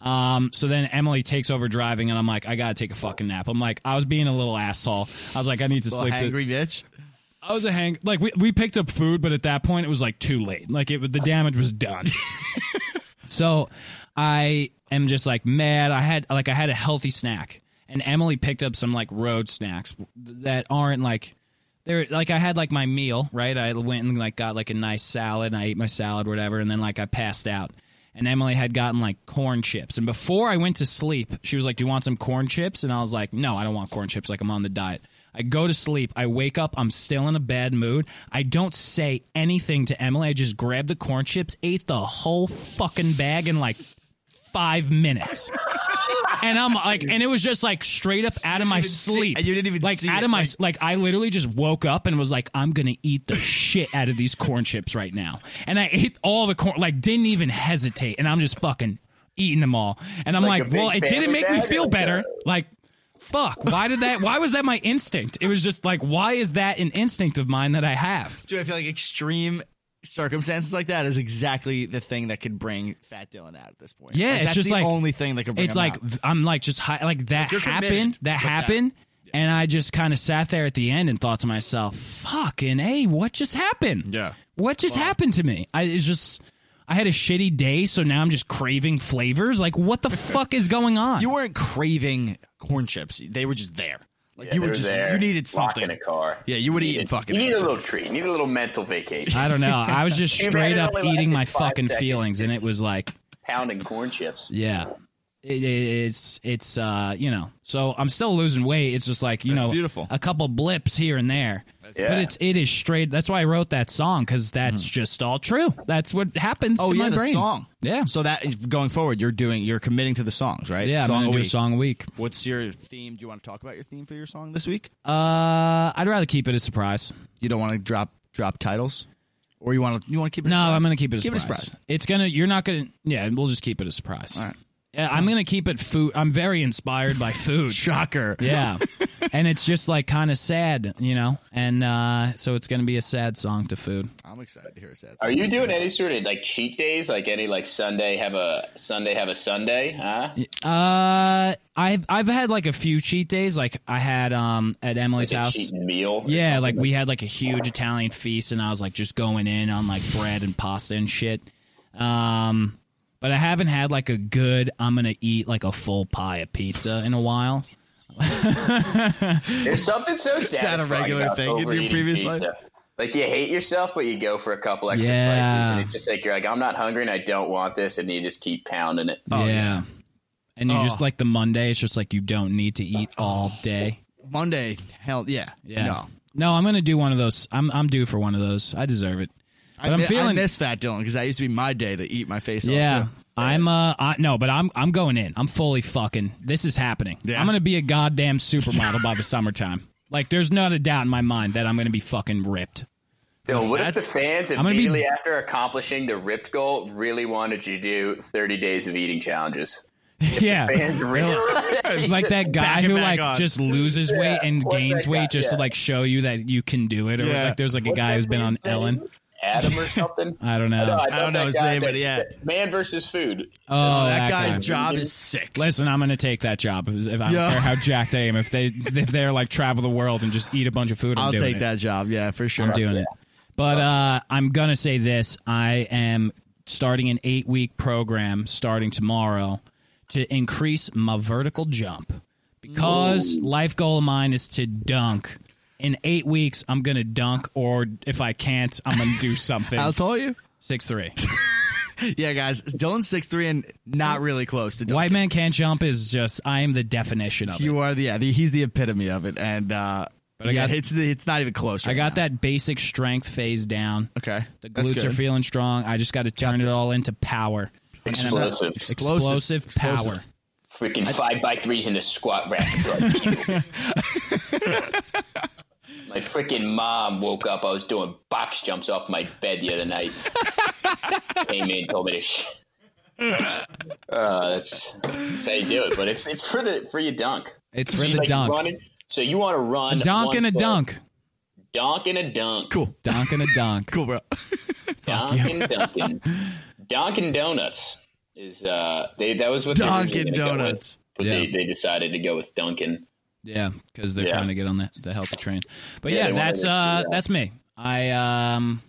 [SPEAKER 3] Um, so then Emily takes over driving, and I'm like, I gotta take a fucking nap. I'm like, I was being a little asshole. I was like, I need to
[SPEAKER 5] Little
[SPEAKER 3] sleep. th-
[SPEAKER 5] hangry bitch.
[SPEAKER 3] I was a hang. Like we, we picked up food, but at that point it was like too late. Like it was- the damage was done. so I am just like mad. I had like I had a healthy snack, and Emily picked up some like road snacks that aren't like they're like I had like my meal right. I went and like got like a nice salad, and I ate my salad, whatever, and then like I passed out. And Emily had gotten like corn chips. And before I went to sleep, she was like, Do you want some corn chips? And I was like, No, I don't want corn chips. Like, I'm on the diet. I go to sleep. I wake up. I'm still in a bad mood. I don't say anything to Emily. I just grabbed the corn chips, ate the whole fucking bag in like five minutes. and I'm like, and it was just like straight up out of my
[SPEAKER 5] see-
[SPEAKER 3] sleep.
[SPEAKER 5] and you didn't even
[SPEAKER 3] like
[SPEAKER 5] see
[SPEAKER 3] out
[SPEAKER 5] it,
[SPEAKER 3] of my like I literally just woke up and was like, I'm gonna eat the shit out of these corn chips right now. And I ate all the corn, like didn't even hesitate. And I'm just fucking eating them all. And I'm
[SPEAKER 4] Like
[SPEAKER 3] like,
[SPEAKER 4] a big
[SPEAKER 3] well, it didn't
[SPEAKER 4] family
[SPEAKER 3] make me
[SPEAKER 4] bag or
[SPEAKER 3] feel
[SPEAKER 4] like
[SPEAKER 3] better.
[SPEAKER 4] a-
[SPEAKER 3] Like, fuck. Why did that? Why was that my instinct? It was just like, why is that an instinct of mine that I have?
[SPEAKER 5] Dude, I feel like extreme circumstances like that is exactly the thing that could bring Fat Dylan out at this point.
[SPEAKER 3] Yeah,
[SPEAKER 5] Like,
[SPEAKER 3] it's
[SPEAKER 5] that's
[SPEAKER 3] just
[SPEAKER 5] the
[SPEAKER 3] like-
[SPEAKER 5] only thing that could bring
[SPEAKER 3] it's
[SPEAKER 5] him
[SPEAKER 3] like
[SPEAKER 5] out.
[SPEAKER 3] v- I'm like just high, like that
[SPEAKER 5] you're
[SPEAKER 3] happened,
[SPEAKER 5] committed
[SPEAKER 3] that
[SPEAKER 5] with that.
[SPEAKER 3] happened, and I just kind of sat there at the end and thought to myself, "Fucking hey, what just happened?
[SPEAKER 5] Yeah.
[SPEAKER 3] what just happened to me? I it's just." I had a shitty day, so now I'm just craving flavors. Like, what the fuck is going on?
[SPEAKER 5] you weren't craving corn chips; they were just there. Like you
[SPEAKER 4] They
[SPEAKER 5] were just
[SPEAKER 4] there,
[SPEAKER 5] you needed
[SPEAKER 4] locked
[SPEAKER 5] something.
[SPEAKER 4] in a car.
[SPEAKER 5] Yeah, you would have eaten
[SPEAKER 4] Needed-
[SPEAKER 5] fucking.
[SPEAKER 4] You need a little treat. You need a little mental vacation.
[SPEAKER 3] I don't know. I was just
[SPEAKER 4] You
[SPEAKER 3] straight
[SPEAKER 4] made it
[SPEAKER 3] up
[SPEAKER 4] only
[SPEAKER 3] eating
[SPEAKER 4] lasted
[SPEAKER 3] my
[SPEAKER 4] five
[SPEAKER 3] fucking
[SPEAKER 4] seconds.
[SPEAKER 3] feelings, and it was like,
[SPEAKER 4] Pounding corn chips.
[SPEAKER 3] yeah, it, it's it's uh you know. So I'm still losing weight. It's just like you
[SPEAKER 5] That's
[SPEAKER 3] know,
[SPEAKER 5] beautiful.
[SPEAKER 3] a couple blips here and there.
[SPEAKER 4] Yeah.
[SPEAKER 3] But it's it is straight. That's why I wrote that song because that's just all true. That's what happens
[SPEAKER 5] Mm. Oh
[SPEAKER 3] to
[SPEAKER 5] yeah,
[SPEAKER 3] my
[SPEAKER 5] the
[SPEAKER 3] brain.
[SPEAKER 5] song.
[SPEAKER 3] Yeah,
[SPEAKER 5] So that is- going forward, you're doing you're committing to the songs, right?
[SPEAKER 3] yeah.
[SPEAKER 5] song
[SPEAKER 3] I'm
[SPEAKER 5] a
[SPEAKER 3] gonna do a
[SPEAKER 5] week.
[SPEAKER 3] song a week.
[SPEAKER 5] What's your theme? Do you want to talk about your theme for your song this week?
[SPEAKER 3] Uh, I'd rather keep it a surprise.
[SPEAKER 5] You don't want to drop drop titles, or you want to you want to keep it? a
[SPEAKER 3] No,
[SPEAKER 5] surprise?
[SPEAKER 3] I'm gonna keep it a
[SPEAKER 5] Keep it a
[SPEAKER 3] surprise.
[SPEAKER 5] surprise.
[SPEAKER 3] It's gonna. You're not gonna. Yeah, we'll just keep it a surprise.
[SPEAKER 5] All right.
[SPEAKER 3] Yeah, I'm gonna keep it food. I'm very inspired by food.
[SPEAKER 5] Shocker.
[SPEAKER 3] Yeah. and it's just like kind of sad, you know. And uh, so it's gonna be a sad song to food.
[SPEAKER 5] I'm excited to hear that.
[SPEAKER 4] Are you doing any sort of like cheat days, like any like Sunday have a Sunday have a Sunday? Huh?
[SPEAKER 3] Uh, I've I've had like a few cheat days. Like I had um at Emily's
[SPEAKER 4] Like a
[SPEAKER 3] house.
[SPEAKER 4] cheat meal? or
[SPEAKER 3] Yeah,
[SPEAKER 4] something?
[SPEAKER 3] like we had like a huge Italian feast, and I was like just going in on like bread and pasta and shit. Um, but I haven't had like a good. I'm gonna eat like a full pie of pizza in a while.
[SPEAKER 4] There's something so sad.
[SPEAKER 5] that a regular thing in your previous life?
[SPEAKER 4] Like you hate yourself, but you go for a couple extra
[SPEAKER 3] Yeah.
[SPEAKER 4] slices, and it's just like you're like, I'm not hungry, and I don't want this, and you just keep pounding it.
[SPEAKER 5] Oh,
[SPEAKER 3] yeah.
[SPEAKER 5] yeah.
[SPEAKER 3] and you just
[SPEAKER 5] Oh.
[SPEAKER 3] like the Monday. It's just like you don't need to eat all day.
[SPEAKER 5] Monday, hell yeah,
[SPEAKER 3] Yeah.
[SPEAKER 5] No,
[SPEAKER 3] No, I'm gonna do one of those. I'm I'm due for one of those. I deserve it.
[SPEAKER 5] I,
[SPEAKER 3] But I'm
[SPEAKER 5] mi- I
[SPEAKER 3] feeling-
[SPEAKER 5] miss Fat Dylan because that used to be my day to eat my face
[SPEAKER 3] Yeah.
[SPEAKER 5] off. too.
[SPEAKER 3] I'm uh I, no, but I'm I'm going in. I'm fully fucking. This is happening.
[SPEAKER 5] Yeah.
[SPEAKER 3] I'm gonna be a goddamn supermodel by the summertime. Like there's not a doubt in my mind that I'm gonna be fucking ripped.
[SPEAKER 4] Dylan, what if the
[SPEAKER 5] That's-
[SPEAKER 4] fans
[SPEAKER 3] gonna be-
[SPEAKER 4] immediately after accomplishing the ripped goal really wanted you to do 30 days of eating challenges?
[SPEAKER 3] yeah.
[SPEAKER 4] Fans really
[SPEAKER 3] Like that guy
[SPEAKER 5] it
[SPEAKER 3] who
[SPEAKER 5] back
[SPEAKER 3] like
[SPEAKER 5] on.
[SPEAKER 3] just loses weight and
[SPEAKER 4] What's
[SPEAKER 3] gains
[SPEAKER 4] that
[SPEAKER 3] weight
[SPEAKER 4] guy?
[SPEAKER 3] just to
[SPEAKER 4] Yeah.
[SPEAKER 3] like show you that you can do it. Or
[SPEAKER 5] Yeah.
[SPEAKER 3] like there's like a guy who's been on Ellen.
[SPEAKER 4] Adam or something.
[SPEAKER 3] I don't know.
[SPEAKER 4] I,
[SPEAKER 5] don't know
[SPEAKER 4] that
[SPEAKER 5] his
[SPEAKER 4] guy
[SPEAKER 5] name,
[SPEAKER 4] that-
[SPEAKER 5] but yeah.
[SPEAKER 4] that- Man versus food.
[SPEAKER 3] Oh,
[SPEAKER 5] That guy's
[SPEAKER 3] guy.
[SPEAKER 5] job is sick.
[SPEAKER 3] Listen, I'm going to take that job if I don't
[SPEAKER 5] Yeah.
[SPEAKER 3] care how jacked I am. If they if they're like travel the world and just eat a bunch of food, I'm
[SPEAKER 5] I'll
[SPEAKER 3] doing
[SPEAKER 5] take
[SPEAKER 3] it.
[SPEAKER 5] that job. Yeah, for sure.
[SPEAKER 3] I'm doing it. But uh, I'm gonna say this: I am starting an eight week program starting tomorrow to increase my vertical jump because life goal of mine is to dunk. In eight weeks, I'm gonna dunk, or if I can't, I'm gonna do something.
[SPEAKER 5] I'll tell you.
[SPEAKER 3] Six three.
[SPEAKER 5] Yeah, guys, Dylan's six three and not really close to Dylan.
[SPEAKER 3] White man can't jump is just I am the definition of it.
[SPEAKER 5] You are the yeah. The, he's the epitome of it, and uh,
[SPEAKER 3] But I
[SPEAKER 5] yeah,
[SPEAKER 3] got-
[SPEAKER 5] it's the, it's not even close.
[SPEAKER 3] I
[SPEAKER 5] right
[SPEAKER 3] got
[SPEAKER 5] now.
[SPEAKER 3] that basic strength phase down.
[SPEAKER 5] Okay,
[SPEAKER 3] The
[SPEAKER 5] that's
[SPEAKER 3] glutes are
[SPEAKER 5] good.
[SPEAKER 3] feeling strong. I just got to turn it all into power. And I'm-
[SPEAKER 4] Explosive.
[SPEAKER 3] Explosive,
[SPEAKER 5] Explosive.
[SPEAKER 3] power.
[SPEAKER 4] Freaking five by threes in a squat rack. My freaking mom woke up. I was doing box jumps off my bed the other night. Came in, told me to. Sh- uh, that's, that's how you do it. But it's it's for the for your dunk.
[SPEAKER 3] It's
[SPEAKER 4] So
[SPEAKER 3] for
[SPEAKER 4] you
[SPEAKER 3] the
[SPEAKER 4] like
[SPEAKER 3] dunk.
[SPEAKER 4] running- so you want to run
[SPEAKER 3] Donk
[SPEAKER 4] one
[SPEAKER 3] and a
[SPEAKER 4] foot,
[SPEAKER 3] dunk.
[SPEAKER 4] donk and a dunk,
[SPEAKER 5] Cool,
[SPEAKER 3] Donk and a dunk.
[SPEAKER 5] cool, bro.
[SPEAKER 4] donk and dunkin', Donkin' Donuts is uh they that was what they were originally
[SPEAKER 5] Dunkin'
[SPEAKER 4] gonna go with,
[SPEAKER 5] Donuts.
[SPEAKER 4] but
[SPEAKER 3] Yeah.
[SPEAKER 4] they, they decided to go with Dunkin'.
[SPEAKER 3] Yeah, because they're
[SPEAKER 4] Yeah.
[SPEAKER 3] trying to get on the, the healthy train. But
[SPEAKER 4] Yeah,
[SPEAKER 3] yeah,
[SPEAKER 4] they wanted
[SPEAKER 3] that's
[SPEAKER 4] to-
[SPEAKER 3] uh
[SPEAKER 4] yeah.
[SPEAKER 3] that's me. I um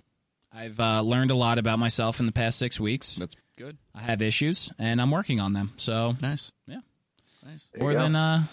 [SPEAKER 3] I've uh, learned a lot about myself in the past six weeks.
[SPEAKER 5] That's good.
[SPEAKER 3] I have issues and I'm working on them. So
[SPEAKER 5] Nice.
[SPEAKER 3] more than uh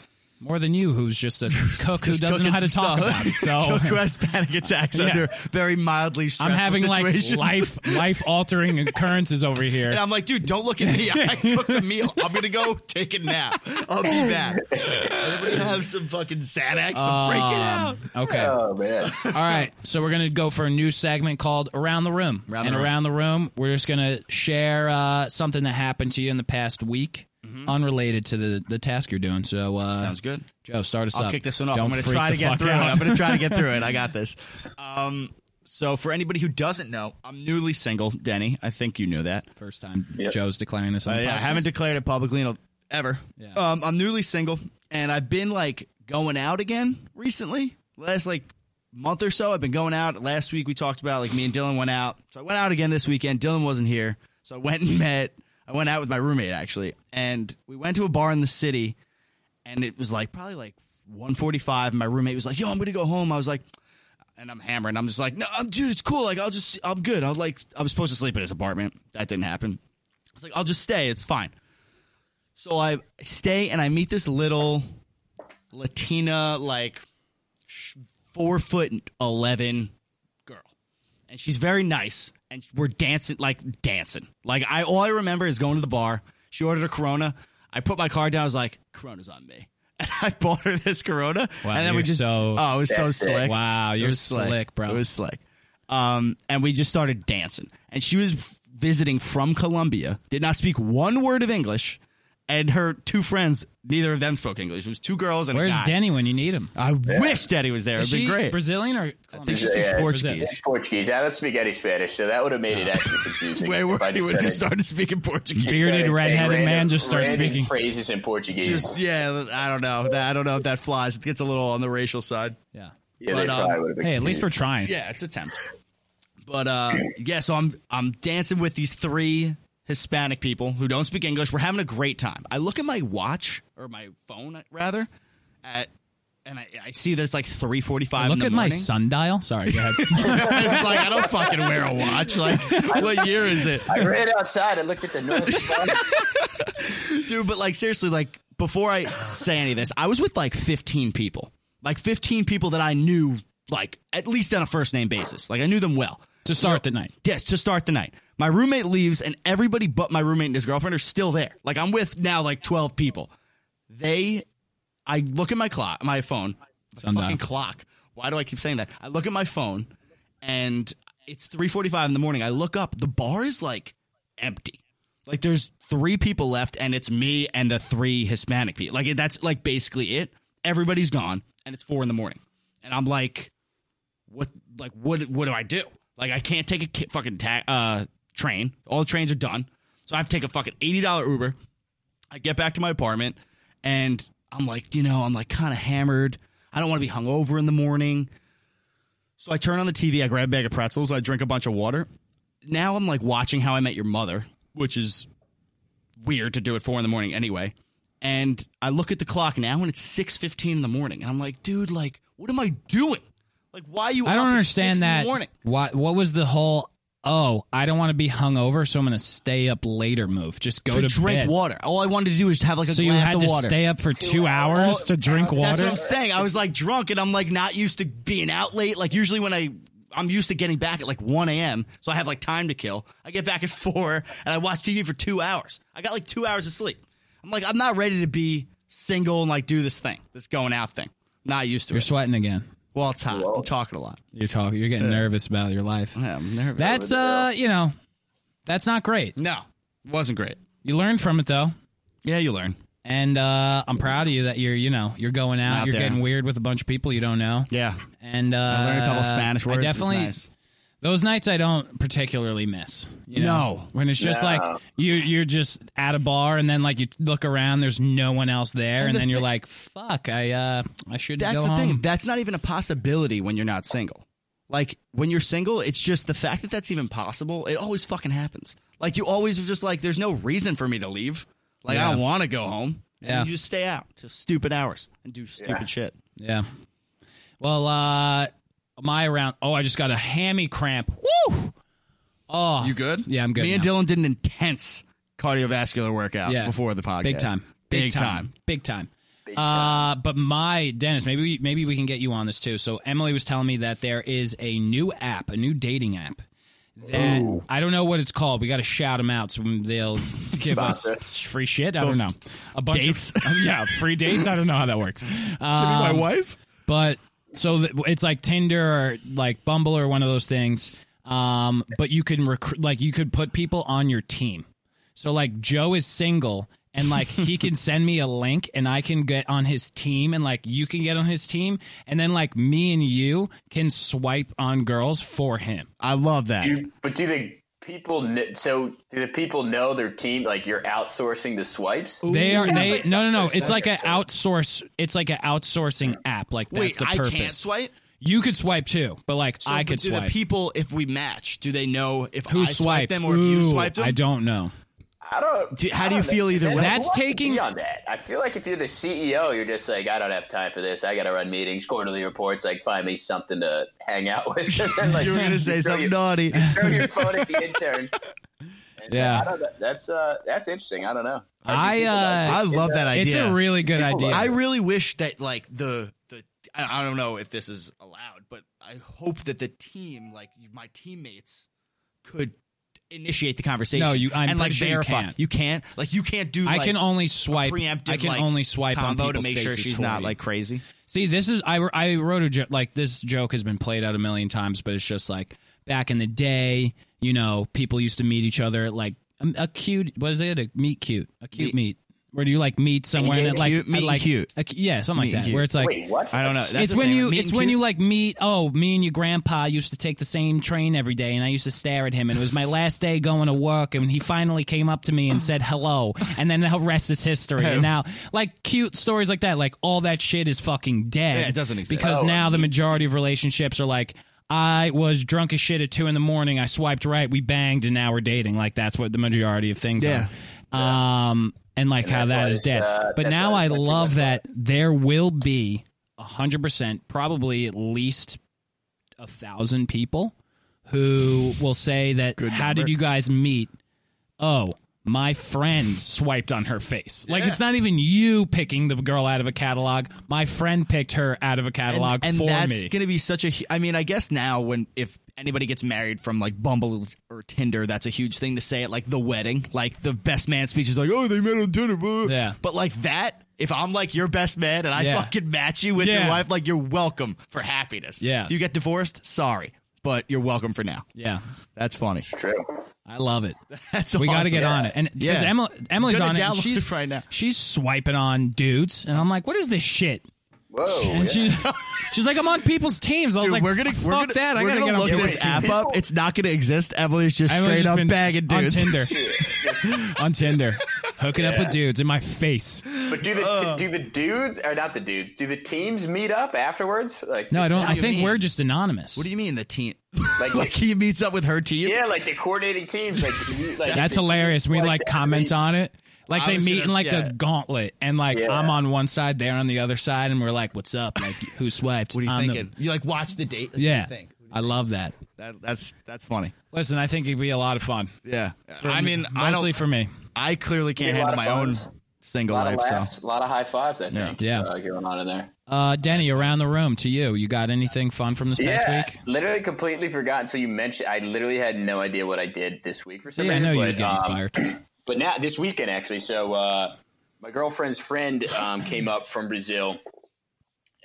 [SPEAKER 3] more than you who's just a cook who
[SPEAKER 5] Just
[SPEAKER 3] doesn't know
[SPEAKER 5] cooking
[SPEAKER 3] how to
[SPEAKER 5] some
[SPEAKER 3] talk
[SPEAKER 5] stuff.
[SPEAKER 3] about it.
[SPEAKER 5] Cook who
[SPEAKER 3] So
[SPEAKER 5] has panic attacks
[SPEAKER 3] Oh, Yeah.
[SPEAKER 5] under very mildly
[SPEAKER 3] I'm
[SPEAKER 5] stressful
[SPEAKER 3] having like
[SPEAKER 5] situations.
[SPEAKER 3] life life altering occurrences over here.
[SPEAKER 5] And I'm like, dude, don't look at me. I cooked a meal. I'm gonna go take a nap. I'll be back. Everybody have some fucking Xanax. I'm
[SPEAKER 3] Um,
[SPEAKER 5] breaking out.
[SPEAKER 3] Okay.
[SPEAKER 4] Oh man.
[SPEAKER 3] All right, so we're gonna go for a new segment called Around the Room.
[SPEAKER 5] Around the
[SPEAKER 3] and
[SPEAKER 5] Room.
[SPEAKER 3] around the room, we're just gonna share uh, something that happened to you in the past week, unrelated to the, the task you're doing. So, uh,
[SPEAKER 5] Mm-hmm. Sounds good.
[SPEAKER 3] Joe, start us
[SPEAKER 5] I'll
[SPEAKER 3] up.
[SPEAKER 5] kick this one off.
[SPEAKER 3] Don't
[SPEAKER 5] I'm going to
[SPEAKER 3] freak
[SPEAKER 5] try
[SPEAKER 3] the
[SPEAKER 5] to get
[SPEAKER 3] fuck
[SPEAKER 5] through it.
[SPEAKER 3] out.
[SPEAKER 5] I'm going to try to get through it. I got this. Um, so, for anybody who doesn't know, I'm newly single, Denny. I think you knew that.
[SPEAKER 3] First time Joe's declaring this. On
[SPEAKER 5] Uh,
[SPEAKER 3] the
[SPEAKER 5] yeah, I
[SPEAKER 3] podcast.
[SPEAKER 5] haven't declared it publicly in a- ever.
[SPEAKER 3] Yeah.
[SPEAKER 5] Um, I'm newly single, and I've been like going out again recently. Last like month or so, I've been going out. Last week we talked about like me and Dylan went out, so I went out again this weekend. Dylan wasn't here, so I went and met. I went out with my roommate actually, and we went to a bar in the city, and it was like probably like 1:45. And my roommate was like, "Yo, I'm gonna go home." I was like. And I'm hammering. I'm just like, no, I'm, dude, it's cool. Like, I'll just, I'm good. I was like, I was supposed to sleep at his apartment. That didn't happen. I was like, I'll just stay. It's fine. So I stay and I meet this little Latina, like sh- four foot eleven girl, and she's very nice. And we're dancing, like dancing. Like I, all I remember is going to the bar. She ordered a Corona. I put my card down. I was like, Corona's on me. And I bought her this Corona.
[SPEAKER 3] Wow,
[SPEAKER 5] and then we
[SPEAKER 3] you're
[SPEAKER 5] just,
[SPEAKER 3] so-
[SPEAKER 5] oh, it was so
[SPEAKER 4] That's it.
[SPEAKER 5] slick.
[SPEAKER 3] Wow,
[SPEAKER 5] It
[SPEAKER 3] you're
[SPEAKER 5] was
[SPEAKER 3] slick, bro.
[SPEAKER 5] It was slick. Um, and we just started dancing. And she was visiting from Colombia, did not speak one word of English, and her two friends, neither of them spoke English. It was two girls and
[SPEAKER 3] Where's
[SPEAKER 5] a guy.
[SPEAKER 3] Denny when you need him?
[SPEAKER 5] I wish Daddy was there. It'd
[SPEAKER 3] Is she
[SPEAKER 5] be great.
[SPEAKER 3] Brazilian or
[SPEAKER 5] I think she speaks
[SPEAKER 4] Yeah, yeah.
[SPEAKER 5] Portuguese.
[SPEAKER 4] Portuguese. I don't speak any Spanish, so that would have made it actually confusing.
[SPEAKER 5] Where
[SPEAKER 4] if
[SPEAKER 5] were
[SPEAKER 4] I
[SPEAKER 5] you
[SPEAKER 4] just
[SPEAKER 5] when
[SPEAKER 4] said
[SPEAKER 5] you
[SPEAKER 4] it.
[SPEAKER 5] started speaking Portuguese?
[SPEAKER 4] Just
[SPEAKER 3] Bearded
[SPEAKER 4] started
[SPEAKER 3] redheaded
[SPEAKER 4] saying
[SPEAKER 3] man
[SPEAKER 4] random-
[SPEAKER 3] just starts
[SPEAKER 4] random
[SPEAKER 3] speaking.
[SPEAKER 4] phrases in Portuguese.
[SPEAKER 5] Just yeah, I don't know. That, I don't know if that flies. It gets a little on the racial side.
[SPEAKER 3] Yeah.
[SPEAKER 4] yeah,
[SPEAKER 5] but,
[SPEAKER 4] they probably
[SPEAKER 5] um,
[SPEAKER 4] would have been
[SPEAKER 3] Hey, at least we're
[SPEAKER 4] confused.
[SPEAKER 3] trying.
[SPEAKER 5] Yeah, it's attempt. But uh yeah, so I'm I'm dancing with these three Hispanic people who don't speak English. We're having a great time. I look at my watch or my phone rather, at and I, I see there's like three forty five.
[SPEAKER 3] Look
[SPEAKER 5] in the
[SPEAKER 3] at my
[SPEAKER 5] morning.
[SPEAKER 3] sundial. Sorry, go ahead.
[SPEAKER 5] It's like I don't fucking wear a watch. Like what year is it?
[SPEAKER 4] I ran outside. I looked at the north. side.
[SPEAKER 5] dude. But like seriously, like before I say any of this, I was with like 15 people, like 15 people that I knew, like at least on a first name basis. Like I knew them well.
[SPEAKER 3] to start the night.
[SPEAKER 5] Yes, to start the night. My roommate leaves, and everybody but my roommate and his girlfriend are still there. Like I'm with now like 12 people. They, I look at my clock, my phone,
[SPEAKER 3] Sundial.
[SPEAKER 5] fucking clock. Why do I keep saying that? I look at my phone, and it's 3:45 in the morning. I look up, the bar is like empty. Like there's three people left, and it's me and the three Hispanic people. Like that's like basically it. Everybody's gone, and it's four in the morning, and I'm like, what? Like what? What do I do? Like I can't take a ki- fucking ta- uh, train. All the trains are done, so I have to take a fucking eighty dollar Uber. I get back to my apartment and I'm like, you know, I'm like kind of hammered. I don't want to be hungover in the morning. So I turn on the TV, I grab a bag of pretzels, I drink a bunch of water. Now I'm like watching How I Met Your Mother, which is weird to do at four in the morning anyway. And I look at the clock now and it's six fifteen in the morning. And I'm like, dude, like, what am I doing? Like, why are you
[SPEAKER 3] I
[SPEAKER 5] up
[SPEAKER 3] don't
[SPEAKER 5] at
[SPEAKER 3] understand
[SPEAKER 5] 6 in the
[SPEAKER 3] that.
[SPEAKER 5] morning?
[SPEAKER 3] What what was the whole? Oh, I don't want to be hungover, so I'm going to stay up later. Move, just go
[SPEAKER 5] to
[SPEAKER 3] to
[SPEAKER 5] drink
[SPEAKER 3] bed.
[SPEAKER 5] water. All I wanted to do is have like a
[SPEAKER 3] So you
[SPEAKER 5] glass
[SPEAKER 3] had
[SPEAKER 5] of
[SPEAKER 3] to
[SPEAKER 5] water. Oh,
[SPEAKER 3] stay up for two hours to drink water.
[SPEAKER 5] That's what I'm saying. I was like drunk, and I'm like not used to being out late. Like usually when I. I'm used to getting back at like 1 a.m., so I have like time to kill. I get back at 4 and I watch TV for two hours. I got like two hours of sleep. I'm like, I'm not ready to be single and like do this thing, this going out thing. Not used to
[SPEAKER 3] You're
[SPEAKER 5] it.
[SPEAKER 3] sweating again.
[SPEAKER 5] Well, it's hot. I'm talking a lot.
[SPEAKER 3] You're talking. You're getting nervous about your life.
[SPEAKER 5] Yeah, I'm nervous.
[SPEAKER 3] That's uh, you know, that's not great.
[SPEAKER 5] no, wasn't great.
[SPEAKER 3] You learn from it though,
[SPEAKER 5] Yeah, you learn.
[SPEAKER 3] and uh, I'm proud of you that you're you know you're going out.
[SPEAKER 5] Out
[SPEAKER 3] you're
[SPEAKER 5] there.
[SPEAKER 3] getting weird with a bunch of people you don't know.
[SPEAKER 5] Yeah.
[SPEAKER 3] And uh,
[SPEAKER 5] I learned a couple Spanish words.
[SPEAKER 3] I
[SPEAKER 5] It was
[SPEAKER 3] definitely
[SPEAKER 5] nice.
[SPEAKER 3] those nights I don't particularly miss. You know?
[SPEAKER 5] No.
[SPEAKER 3] when it's just
[SPEAKER 4] No.
[SPEAKER 3] like you you're just at a bar and then like you look around, there's no one else there, and,
[SPEAKER 5] the
[SPEAKER 3] then you're
[SPEAKER 5] thi-
[SPEAKER 3] like, "Fuck, I uh, I should
[SPEAKER 5] That's
[SPEAKER 3] go
[SPEAKER 5] the
[SPEAKER 3] home."
[SPEAKER 5] thing. That's not even a possibility when you're not single. Like when you're single, it's just the fact that that's even possible. It always fucking happens. Like you always are just like, there's no reason for me to leave. Like I
[SPEAKER 3] Yeah.
[SPEAKER 5] don't want to go home. And
[SPEAKER 3] Yeah.
[SPEAKER 5] you just stay out to stupid hours and do stupid shit.
[SPEAKER 3] Yeah. Well, uh, my round. Oh, I just got a hammy cramp. Woo! Oh,
[SPEAKER 5] You good?
[SPEAKER 3] Yeah, I'm good.
[SPEAKER 5] Me and
[SPEAKER 3] now.
[SPEAKER 5] Dylan did an intense cardiovascular workout
[SPEAKER 3] Yeah.
[SPEAKER 5] before the podcast.
[SPEAKER 3] big time,
[SPEAKER 5] Big, time.
[SPEAKER 3] big time. Uh, but my Dennis, maybe we, maybe we can get you on this too. So Emily was telling me that there is a new app, a new dating app. That I don't know what it's called. We got to shout them out so they'll give us free shit. I don't know. A bunch
[SPEAKER 5] Dates?
[SPEAKER 3] of yeah, free dates. I don't know how that works.
[SPEAKER 5] my
[SPEAKER 3] Um,
[SPEAKER 5] wife?
[SPEAKER 3] but so th- it's like Tinder or like Bumble or one of those things. Um, but you can recruit, like you could put people on your team. So like Joe is single and like he can send me a link and I can get on his team and like you can get on his team and then like me and you can swipe on girls for him.
[SPEAKER 5] I love that.
[SPEAKER 4] You- but do the people? kn- So do the people know their team? Like you're outsourcing the swipes?
[SPEAKER 3] They are
[SPEAKER 4] Sounds
[SPEAKER 3] they
[SPEAKER 4] like
[SPEAKER 3] no no no.
[SPEAKER 4] something
[SPEAKER 3] It's like an
[SPEAKER 4] that's-
[SPEAKER 3] outsource. It's like an outsourcing app. Like that's
[SPEAKER 5] Wait,
[SPEAKER 3] the
[SPEAKER 5] I
[SPEAKER 3] purpose.
[SPEAKER 5] can't swipe.
[SPEAKER 3] You could swipe too, but like
[SPEAKER 5] So,
[SPEAKER 3] I
[SPEAKER 5] but
[SPEAKER 3] could
[SPEAKER 5] do
[SPEAKER 3] swipe.
[SPEAKER 5] the people if we match? Do they know if
[SPEAKER 3] Who
[SPEAKER 5] I swipe
[SPEAKER 3] swiped
[SPEAKER 5] them or if you
[SPEAKER 3] Ooh,
[SPEAKER 5] swipe them?
[SPEAKER 3] I don't know.
[SPEAKER 4] I don't.
[SPEAKER 5] Do- how
[SPEAKER 4] I
[SPEAKER 5] do you
[SPEAKER 4] don't know.
[SPEAKER 5] feel either
[SPEAKER 4] Is
[SPEAKER 5] way?
[SPEAKER 3] That's
[SPEAKER 4] why would you
[SPEAKER 3] taking-
[SPEAKER 4] be on that. I feel like if you're the CEO, you're just like, I don't have time for this. I got to run meetings, quarterly reports. Like, find me something to hang out with. And then, like,
[SPEAKER 5] you were gonna
[SPEAKER 4] throw
[SPEAKER 5] say something
[SPEAKER 4] your-
[SPEAKER 5] naughty.
[SPEAKER 4] Throw your phone at the intern. And, uh,
[SPEAKER 3] Yeah.
[SPEAKER 4] I don't know. That's uh, that's interesting. I don't know.
[SPEAKER 3] I,
[SPEAKER 4] think people
[SPEAKER 3] uh,
[SPEAKER 4] like
[SPEAKER 5] I
[SPEAKER 4] it.
[SPEAKER 5] love that idea.
[SPEAKER 3] It's a really good idea.
[SPEAKER 5] I really wish that like the the I I don't know if this is allowed, but I hope that the team, like my teammates, could initiate the conversation.
[SPEAKER 3] No, you- I'm
[SPEAKER 5] and like
[SPEAKER 3] pretty sure you
[SPEAKER 5] verify.
[SPEAKER 3] can't.
[SPEAKER 5] You can't. Like you can't do.
[SPEAKER 3] I
[SPEAKER 5] like,
[SPEAKER 3] can only swipe.
[SPEAKER 5] preemptive.
[SPEAKER 3] I can
[SPEAKER 5] like,
[SPEAKER 3] only swipe on
[SPEAKER 5] combo to
[SPEAKER 3] people's
[SPEAKER 5] make sure
[SPEAKER 3] faces
[SPEAKER 5] she's
[SPEAKER 3] for
[SPEAKER 5] not
[SPEAKER 3] you.
[SPEAKER 5] like crazy.
[SPEAKER 3] See, this is I, I wrote a joke like this joke has been played out a million times, but it's just like back in the day, um, you know, people used to meet each other at like a, a cute. What is it? A meet cute, a cute meet. Where do you like meet somewhere
[SPEAKER 4] Meet
[SPEAKER 3] and
[SPEAKER 4] and
[SPEAKER 3] it, like
[SPEAKER 5] cute- meet and
[SPEAKER 3] like
[SPEAKER 5] cute.
[SPEAKER 3] a- yeah, something
[SPEAKER 5] Meet
[SPEAKER 3] like
[SPEAKER 5] and
[SPEAKER 3] that.
[SPEAKER 5] cute.
[SPEAKER 3] Where it's like
[SPEAKER 4] Wait, what?
[SPEAKER 5] I don't know. That's
[SPEAKER 3] it's
[SPEAKER 5] the
[SPEAKER 3] when
[SPEAKER 5] thing.
[SPEAKER 3] you
[SPEAKER 5] Meet
[SPEAKER 3] it's
[SPEAKER 5] and
[SPEAKER 3] when
[SPEAKER 5] cute.
[SPEAKER 3] you like meet oh me and your grandpa used to take the same train every day and i used to stare at him and it was my last day going to work and he finally came up to me and said hello and then the rest is history and now like cute stories like that like all that shit is fucking dead
[SPEAKER 5] Yeah, it doesn't exist.
[SPEAKER 3] because
[SPEAKER 4] Oh,
[SPEAKER 3] now the majority of relationships are like I was drunk as shit at two in the morning. I swiped right. We banged, and now we're dating. Like that's what the majority of things
[SPEAKER 5] Yeah.
[SPEAKER 3] are. Um, and like how
[SPEAKER 4] that's
[SPEAKER 3] that
[SPEAKER 4] why
[SPEAKER 3] is
[SPEAKER 4] it's,
[SPEAKER 3] dead.
[SPEAKER 4] uh,
[SPEAKER 3] but
[SPEAKER 4] that's
[SPEAKER 3] now
[SPEAKER 4] why
[SPEAKER 3] I
[SPEAKER 4] it's not too
[SPEAKER 3] love
[SPEAKER 4] much
[SPEAKER 3] that there will be a hundred percent, probably at least a thousand people who will say that. how did you guys meet? Oh. My friend swiped on her face. Like it's not even you picking the girl out of a catalog. My friend picked her out of a catalog
[SPEAKER 5] and, and
[SPEAKER 3] for
[SPEAKER 5] that's
[SPEAKER 3] me.
[SPEAKER 5] gonna be such a. hu- I mean, I guess now when if anybody gets married from like Bumble or Tinder, that's a huge thing to say at like the wedding. Like the best man speech is like, oh, they met on Tinder, blah.
[SPEAKER 3] Yeah.
[SPEAKER 5] But like that, if I'm like your best man and I
[SPEAKER 3] Yeah.
[SPEAKER 5] fucking match you with
[SPEAKER 3] Yeah.
[SPEAKER 5] your wife, like you're welcome for happiness.
[SPEAKER 3] Yeah.
[SPEAKER 5] If you get divorced, sorry, but you're welcome for now.
[SPEAKER 3] yeah,
[SPEAKER 5] That's funny.
[SPEAKER 4] It's true.
[SPEAKER 3] I love it.
[SPEAKER 5] That's
[SPEAKER 3] we got to
[SPEAKER 5] awesome.
[SPEAKER 3] get on it. And because
[SPEAKER 5] Yeah.
[SPEAKER 3] Emily, Emily's
[SPEAKER 5] Gonna
[SPEAKER 3] on it, and
[SPEAKER 5] download
[SPEAKER 3] she's
[SPEAKER 5] it right now.
[SPEAKER 3] She's swiping on dudes, and I'm like, "What is this shit?"
[SPEAKER 4] Whoa.
[SPEAKER 3] And
[SPEAKER 4] yeah.
[SPEAKER 3] she's, she's like, "I'm on people's teams." I was
[SPEAKER 5] Dude,
[SPEAKER 3] like,
[SPEAKER 5] we're gonna
[SPEAKER 3] fuck
[SPEAKER 5] we're gonna,
[SPEAKER 3] that. I
[SPEAKER 5] we're
[SPEAKER 3] gotta
[SPEAKER 5] gonna
[SPEAKER 3] get on
[SPEAKER 5] look
[SPEAKER 3] Tinder."
[SPEAKER 5] this app up. It's not gonna exist. Emily's just
[SPEAKER 3] I've
[SPEAKER 5] straight
[SPEAKER 3] just
[SPEAKER 5] up
[SPEAKER 3] been
[SPEAKER 5] bagging dudes.
[SPEAKER 3] on Tinder, on Tinder, hooking up with dudes in my face.
[SPEAKER 4] But do the
[SPEAKER 3] uh,
[SPEAKER 4] do the dudes or not the dudes? Do the teams meet up afterwards? Like
[SPEAKER 3] No, I don't. I
[SPEAKER 5] you
[SPEAKER 3] think
[SPEAKER 5] mean?
[SPEAKER 3] we're just anonymous.
[SPEAKER 5] What do you mean the team?
[SPEAKER 4] Like,
[SPEAKER 5] like he meets up with her team.
[SPEAKER 4] yeah, like the coordinating teams. Like, you- like
[SPEAKER 3] That's hilarious. We like comment on it. Like
[SPEAKER 5] I
[SPEAKER 3] they
[SPEAKER 5] was
[SPEAKER 3] meet
[SPEAKER 5] gonna-
[SPEAKER 3] in like
[SPEAKER 5] yeah.
[SPEAKER 3] a gauntlet, and like
[SPEAKER 4] Yeah.
[SPEAKER 3] I'm on one side, they're on the other side, and we're like, "What's up? Like who swiped?"
[SPEAKER 5] What are you
[SPEAKER 3] I'm the-
[SPEAKER 5] thinking? you like watch the date. Like,
[SPEAKER 3] Um, yeah,
[SPEAKER 5] what do you think?
[SPEAKER 3] I love that.
[SPEAKER 5] That, that's that's funny.
[SPEAKER 3] Listen, I think it'd be a lot of fun.
[SPEAKER 5] Yeah. I mean, I
[SPEAKER 3] Mostly
[SPEAKER 5] don't.
[SPEAKER 3] for me.
[SPEAKER 5] I clearly can't
[SPEAKER 4] Yeah, a lot
[SPEAKER 5] handle my own
[SPEAKER 4] of fun.
[SPEAKER 5] single
[SPEAKER 4] a lot of
[SPEAKER 5] life.
[SPEAKER 4] laughs,
[SPEAKER 5] So
[SPEAKER 4] a lot of high fives. I think.
[SPEAKER 3] Yeah.
[SPEAKER 4] uh, going on in there.
[SPEAKER 3] Uh, Denny, around the room to you. You got anything fun from this past
[SPEAKER 4] yeah,
[SPEAKER 3] week?
[SPEAKER 4] literally completely forgotten. So you mentioned, I literally had no idea what I did this week for some
[SPEAKER 3] Yeah, I
[SPEAKER 4] reason.
[SPEAKER 3] know you
[SPEAKER 4] but,
[SPEAKER 3] would get
[SPEAKER 4] um,
[SPEAKER 3] inspired.
[SPEAKER 4] but now this weekend actually. So uh, my girlfriend's friend um, came up from Brazil,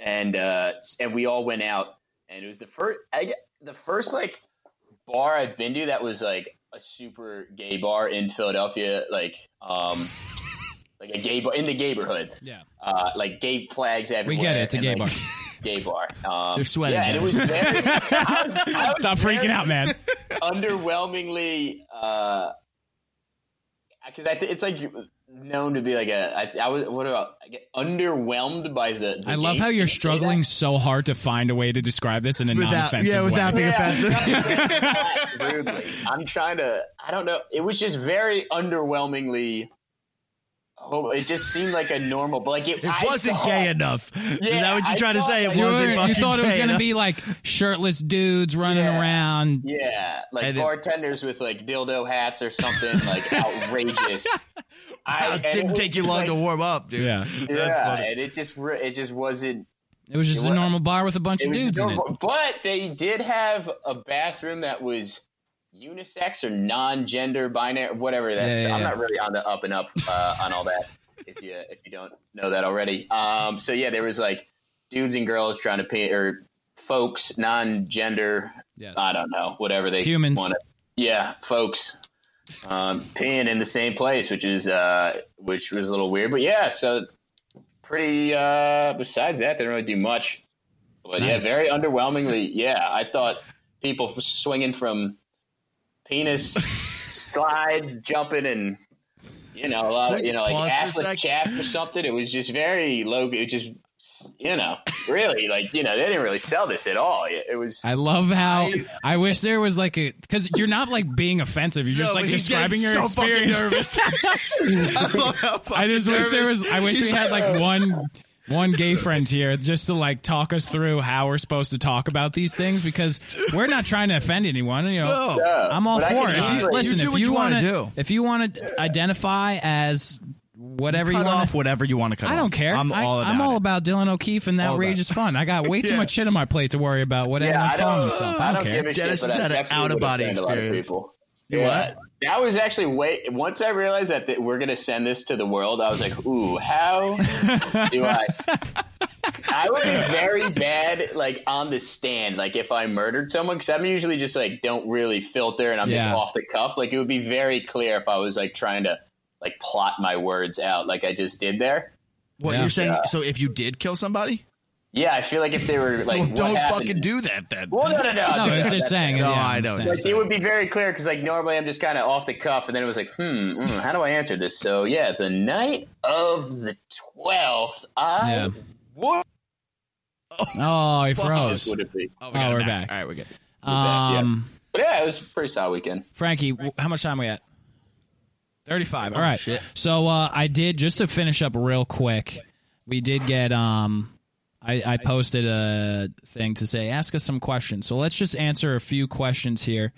[SPEAKER 4] and uh, and we all went out, and it was the first I, the first like bar I've been to that was like a super gay bar in Philadelphia, like um, like a gay bar in the neighborhood,
[SPEAKER 3] yeah.
[SPEAKER 4] uh, like gay flags everywhere.
[SPEAKER 3] We get it. It's a
[SPEAKER 4] and,
[SPEAKER 3] gay
[SPEAKER 4] like,
[SPEAKER 3] bar.
[SPEAKER 4] Gay bar. Um,
[SPEAKER 5] You're sweating,
[SPEAKER 4] Yeah, and it was
[SPEAKER 5] man.
[SPEAKER 4] very. I was, I was
[SPEAKER 3] Stop
[SPEAKER 4] very
[SPEAKER 3] freaking out, man.
[SPEAKER 4] underwhelmingly uh because I th- it's like known to be like a I, I was what about I get underwhelmed by the, the
[SPEAKER 3] I love
[SPEAKER 4] game.
[SPEAKER 3] how you're
[SPEAKER 4] Can I say
[SPEAKER 3] struggling so hard to find a way to describe this in a non
[SPEAKER 5] without
[SPEAKER 3] offensive
[SPEAKER 5] yeah, without
[SPEAKER 3] way.
[SPEAKER 5] being offensive.
[SPEAKER 4] that rudely? I'm trying to I don't know it was just very underwhelmingly oh it just seemed like a normal but like it,
[SPEAKER 5] It
[SPEAKER 4] I
[SPEAKER 5] wasn't
[SPEAKER 4] thought-
[SPEAKER 5] gay enough. Is
[SPEAKER 4] Yeah,
[SPEAKER 5] that what
[SPEAKER 4] I
[SPEAKER 5] you're trying to
[SPEAKER 4] thought
[SPEAKER 5] say? It
[SPEAKER 4] that-
[SPEAKER 5] wasn't
[SPEAKER 3] You, were- you
[SPEAKER 5] fucking
[SPEAKER 3] thought it was
[SPEAKER 5] gay
[SPEAKER 3] going to
[SPEAKER 5] enough.
[SPEAKER 3] be like shirtless dudes running
[SPEAKER 4] Yeah.
[SPEAKER 3] around.
[SPEAKER 4] yeah like
[SPEAKER 5] And it-
[SPEAKER 4] bartenders with like dildo hats or something like outrageous I
[SPEAKER 5] Wow,
[SPEAKER 4] and
[SPEAKER 5] It
[SPEAKER 4] it
[SPEAKER 5] didn't
[SPEAKER 4] was
[SPEAKER 5] take you
[SPEAKER 4] just
[SPEAKER 5] long
[SPEAKER 4] like-
[SPEAKER 5] to warm up, dude.
[SPEAKER 3] Yeah.
[SPEAKER 5] That's
[SPEAKER 4] yeah,
[SPEAKER 5] funny.
[SPEAKER 4] and it just re- it just wasn't
[SPEAKER 3] It was just
[SPEAKER 4] It
[SPEAKER 3] a
[SPEAKER 4] wa-
[SPEAKER 3] normal bar with a bunch
[SPEAKER 4] It
[SPEAKER 3] of
[SPEAKER 4] was
[SPEAKER 3] dudes in it.
[SPEAKER 4] adorable. But they did have a bathroom that was unisex or non-gender binary, whatever that's.
[SPEAKER 3] Yeah, yeah,
[SPEAKER 4] I'm
[SPEAKER 3] yeah.
[SPEAKER 4] not really on the up and up uh, on all that. If you if you don't know that already, um, so yeah, there was like dudes and girls trying to pay or folks non-gender.
[SPEAKER 3] Yes.
[SPEAKER 4] I don't know whatever they
[SPEAKER 3] Humans.
[SPEAKER 4] Wanna, yeah, folks. Um, peeing in the same place, which is uh, which was a little weird, but yeah. So pretty. Uh, besides that, they didn't really do much. But
[SPEAKER 3] Nice.
[SPEAKER 4] yeah, very underwhelmingly. Yeah, I thought people f- swinging from penis slides, jumping, and you know, a lot
[SPEAKER 5] Can
[SPEAKER 4] of
[SPEAKER 5] we
[SPEAKER 4] you know,
[SPEAKER 5] just
[SPEAKER 4] like
[SPEAKER 5] pause for a
[SPEAKER 4] assless
[SPEAKER 5] sec?
[SPEAKER 4] chaps or something. It was just very low. It just you know, really like you know, they didn't really sell this at all. It, it was.
[SPEAKER 3] I love how
[SPEAKER 5] I-
[SPEAKER 3] I, wish there was like a because you're not like being offensive. You're just
[SPEAKER 5] No,
[SPEAKER 3] like
[SPEAKER 5] but he's
[SPEAKER 3] describing
[SPEAKER 5] getting
[SPEAKER 3] your
[SPEAKER 5] so fucking
[SPEAKER 3] experience.
[SPEAKER 5] nervous. I love how
[SPEAKER 3] I
[SPEAKER 5] fucking
[SPEAKER 3] just wish there
[SPEAKER 5] nervous.
[SPEAKER 3] was. I wish we had like one one gay friend here just to like talk us through how we're supposed to talk about these things because we're not trying to offend anyone. You know,
[SPEAKER 5] No.
[SPEAKER 4] uh,
[SPEAKER 3] I'm all
[SPEAKER 4] but I
[SPEAKER 3] for
[SPEAKER 4] can
[SPEAKER 3] it. If you,
[SPEAKER 4] easily-
[SPEAKER 3] listen,
[SPEAKER 5] You do
[SPEAKER 3] if
[SPEAKER 5] what
[SPEAKER 3] you
[SPEAKER 5] you
[SPEAKER 3] want
[SPEAKER 5] wanna
[SPEAKER 3] to,
[SPEAKER 5] do.
[SPEAKER 3] if you want to identify as whatever you
[SPEAKER 5] cut
[SPEAKER 3] want
[SPEAKER 5] off whatever you want to cut
[SPEAKER 3] I don't
[SPEAKER 5] off.
[SPEAKER 3] care.
[SPEAKER 5] I'm
[SPEAKER 3] I-
[SPEAKER 5] all about
[SPEAKER 3] I'm all
[SPEAKER 5] it.
[SPEAKER 3] about Dylan O'Keefe and that
[SPEAKER 5] All about
[SPEAKER 3] outrageous fun. I got way too
[SPEAKER 5] Yeah.
[SPEAKER 3] much shit on my plate to worry about what anyone's
[SPEAKER 4] I
[SPEAKER 3] calling
[SPEAKER 4] don't-
[SPEAKER 3] themselves.
[SPEAKER 4] I
[SPEAKER 3] I
[SPEAKER 4] don't
[SPEAKER 3] don't care.
[SPEAKER 4] give a
[SPEAKER 5] Dennis
[SPEAKER 4] shit.
[SPEAKER 5] has
[SPEAKER 4] but I
[SPEAKER 5] had an
[SPEAKER 4] definitely
[SPEAKER 5] out-of-body
[SPEAKER 4] would offend a lot of
[SPEAKER 5] experience.
[SPEAKER 4] people.
[SPEAKER 5] You what?
[SPEAKER 4] That was actually way. Once I realized that th- we're gonna send this to the world, I was like, "Ooh, how do I?" I would be very bad, like on the stand, like if I murdered someone, because I'm usually just like don't really filter, and I'm just
[SPEAKER 3] Yeah.
[SPEAKER 4] off the cuff. Like it would be very clear if I was like trying to like plot my words out like I just did there.
[SPEAKER 5] What
[SPEAKER 3] Yeah.
[SPEAKER 5] you're saying? So if you did kill somebody,
[SPEAKER 4] Yeah, I feel like if they were like,
[SPEAKER 5] well,
[SPEAKER 4] what
[SPEAKER 5] don't
[SPEAKER 4] happened-
[SPEAKER 5] fucking do that then.
[SPEAKER 4] Well, no, no, no.
[SPEAKER 3] No, I was just saying.
[SPEAKER 5] No,
[SPEAKER 3] yeah,
[SPEAKER 5] I don't.
[SPEAKER 3] understand.
[SPEAKER 4] Like, it would be very clear because like normally I'm just kind of off the cuff, and then it was like, hmm, mm, how do I answer this? So yeah, the night of the twelfth, I
[SPEAKER 3] Yeah.
[SPEAKER 4] what
[SPEAKER 3] Oh, he
[SPEAKER 4] else
[SPEAKER 3] froze.
[SPEAKER 4] would it be?
[SPEAKER 5] Oh,
[SPEAKER 3] Oh,
[SPEAKER 5] got it
[SPEAKER 3] we're back.
[SPEAKER 5] All right, we're good.
[SPEAKER 4] yeah.
[SPEAKER 3] Um,
[SPEAKER 4] But yeah, it was a pretty solid weekend.
[SPEAKER 3] Frankie, w- how much time we at? Thirty-five. All
[SPEAKER 5] Oh,
[SPEAKER 3] right.
[SPEAKER 5] shit.
[SPEAKER 3] So uh, I did just to finish up real quick. We did get. Um, I, I posted a thing to say ask us some questions. So let's just answer a few questions here.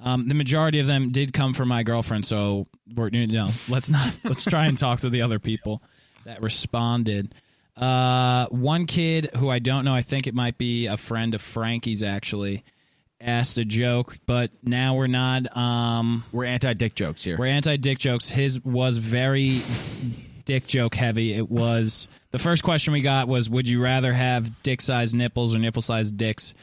[SPEAKER 3] Um, the majority of them did come from my girlfriend, so we're you know let's not let's try and talk to the other people that responded. Uh, one kid who I don't know, I think it might be a friend of Frankie's actually asked a joke, but now we're not. Um,
[SPEAKER 5] We're anti-dick jokes here.
[SPEAKER 3] we're anti dick jokes. His was very dick joke heavy. It was the first question we got was Would you rather have dick sized nipples or nipple sized dicks?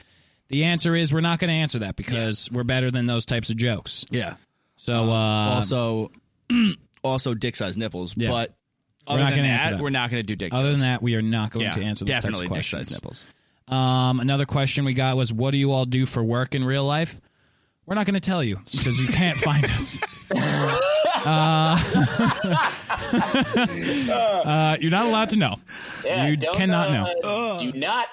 [SPEAKER 3] The answer is we're not going to answer that because we're better than those types of jokes.
[SPEAKER 5] yeah.
[SPEAKER 3] So, uh,
[SPEAKER 5] Also, also dick-sized nipples.
[SPEAKER 3] Yeah.
[SPEAKER 5] But
[SPEAKER 3] We're
[SPEAKER 5] other
[SPEAKER 3] not
[SPEAKER 5] than
[SPEAKER 3] gonna answer
[SPEAKER 5] that,
[SPEAKER 3] that.
[SPEAKER 5] We're not going to do dick.
[SPEAKER 3] other
[SPEAKER 5] jokes.
[SPEAKER 3] than that, we are not going
[SPEAKER 5] yeah,
[SPEAKER 3] to answer those
[SPEAKER 5] definitely
[SPEAKER 3] types of
[SPEAKER 5] dick-sized
[SPEAKER 3] questions.
[SPEAKER 5] nipples.
[SPEAKER 3] Um, another question we got was What do you all do for work in real life? We're not going to tell you because you can't find us. uh, uh, you're not allowed to know.
[SPEAKER 4] Yeah,
[SPEAKER 3] You
[SPEAKER 4] don't,
[SPEAKER 3] cannot
[SPEAKER 4] uh, Do not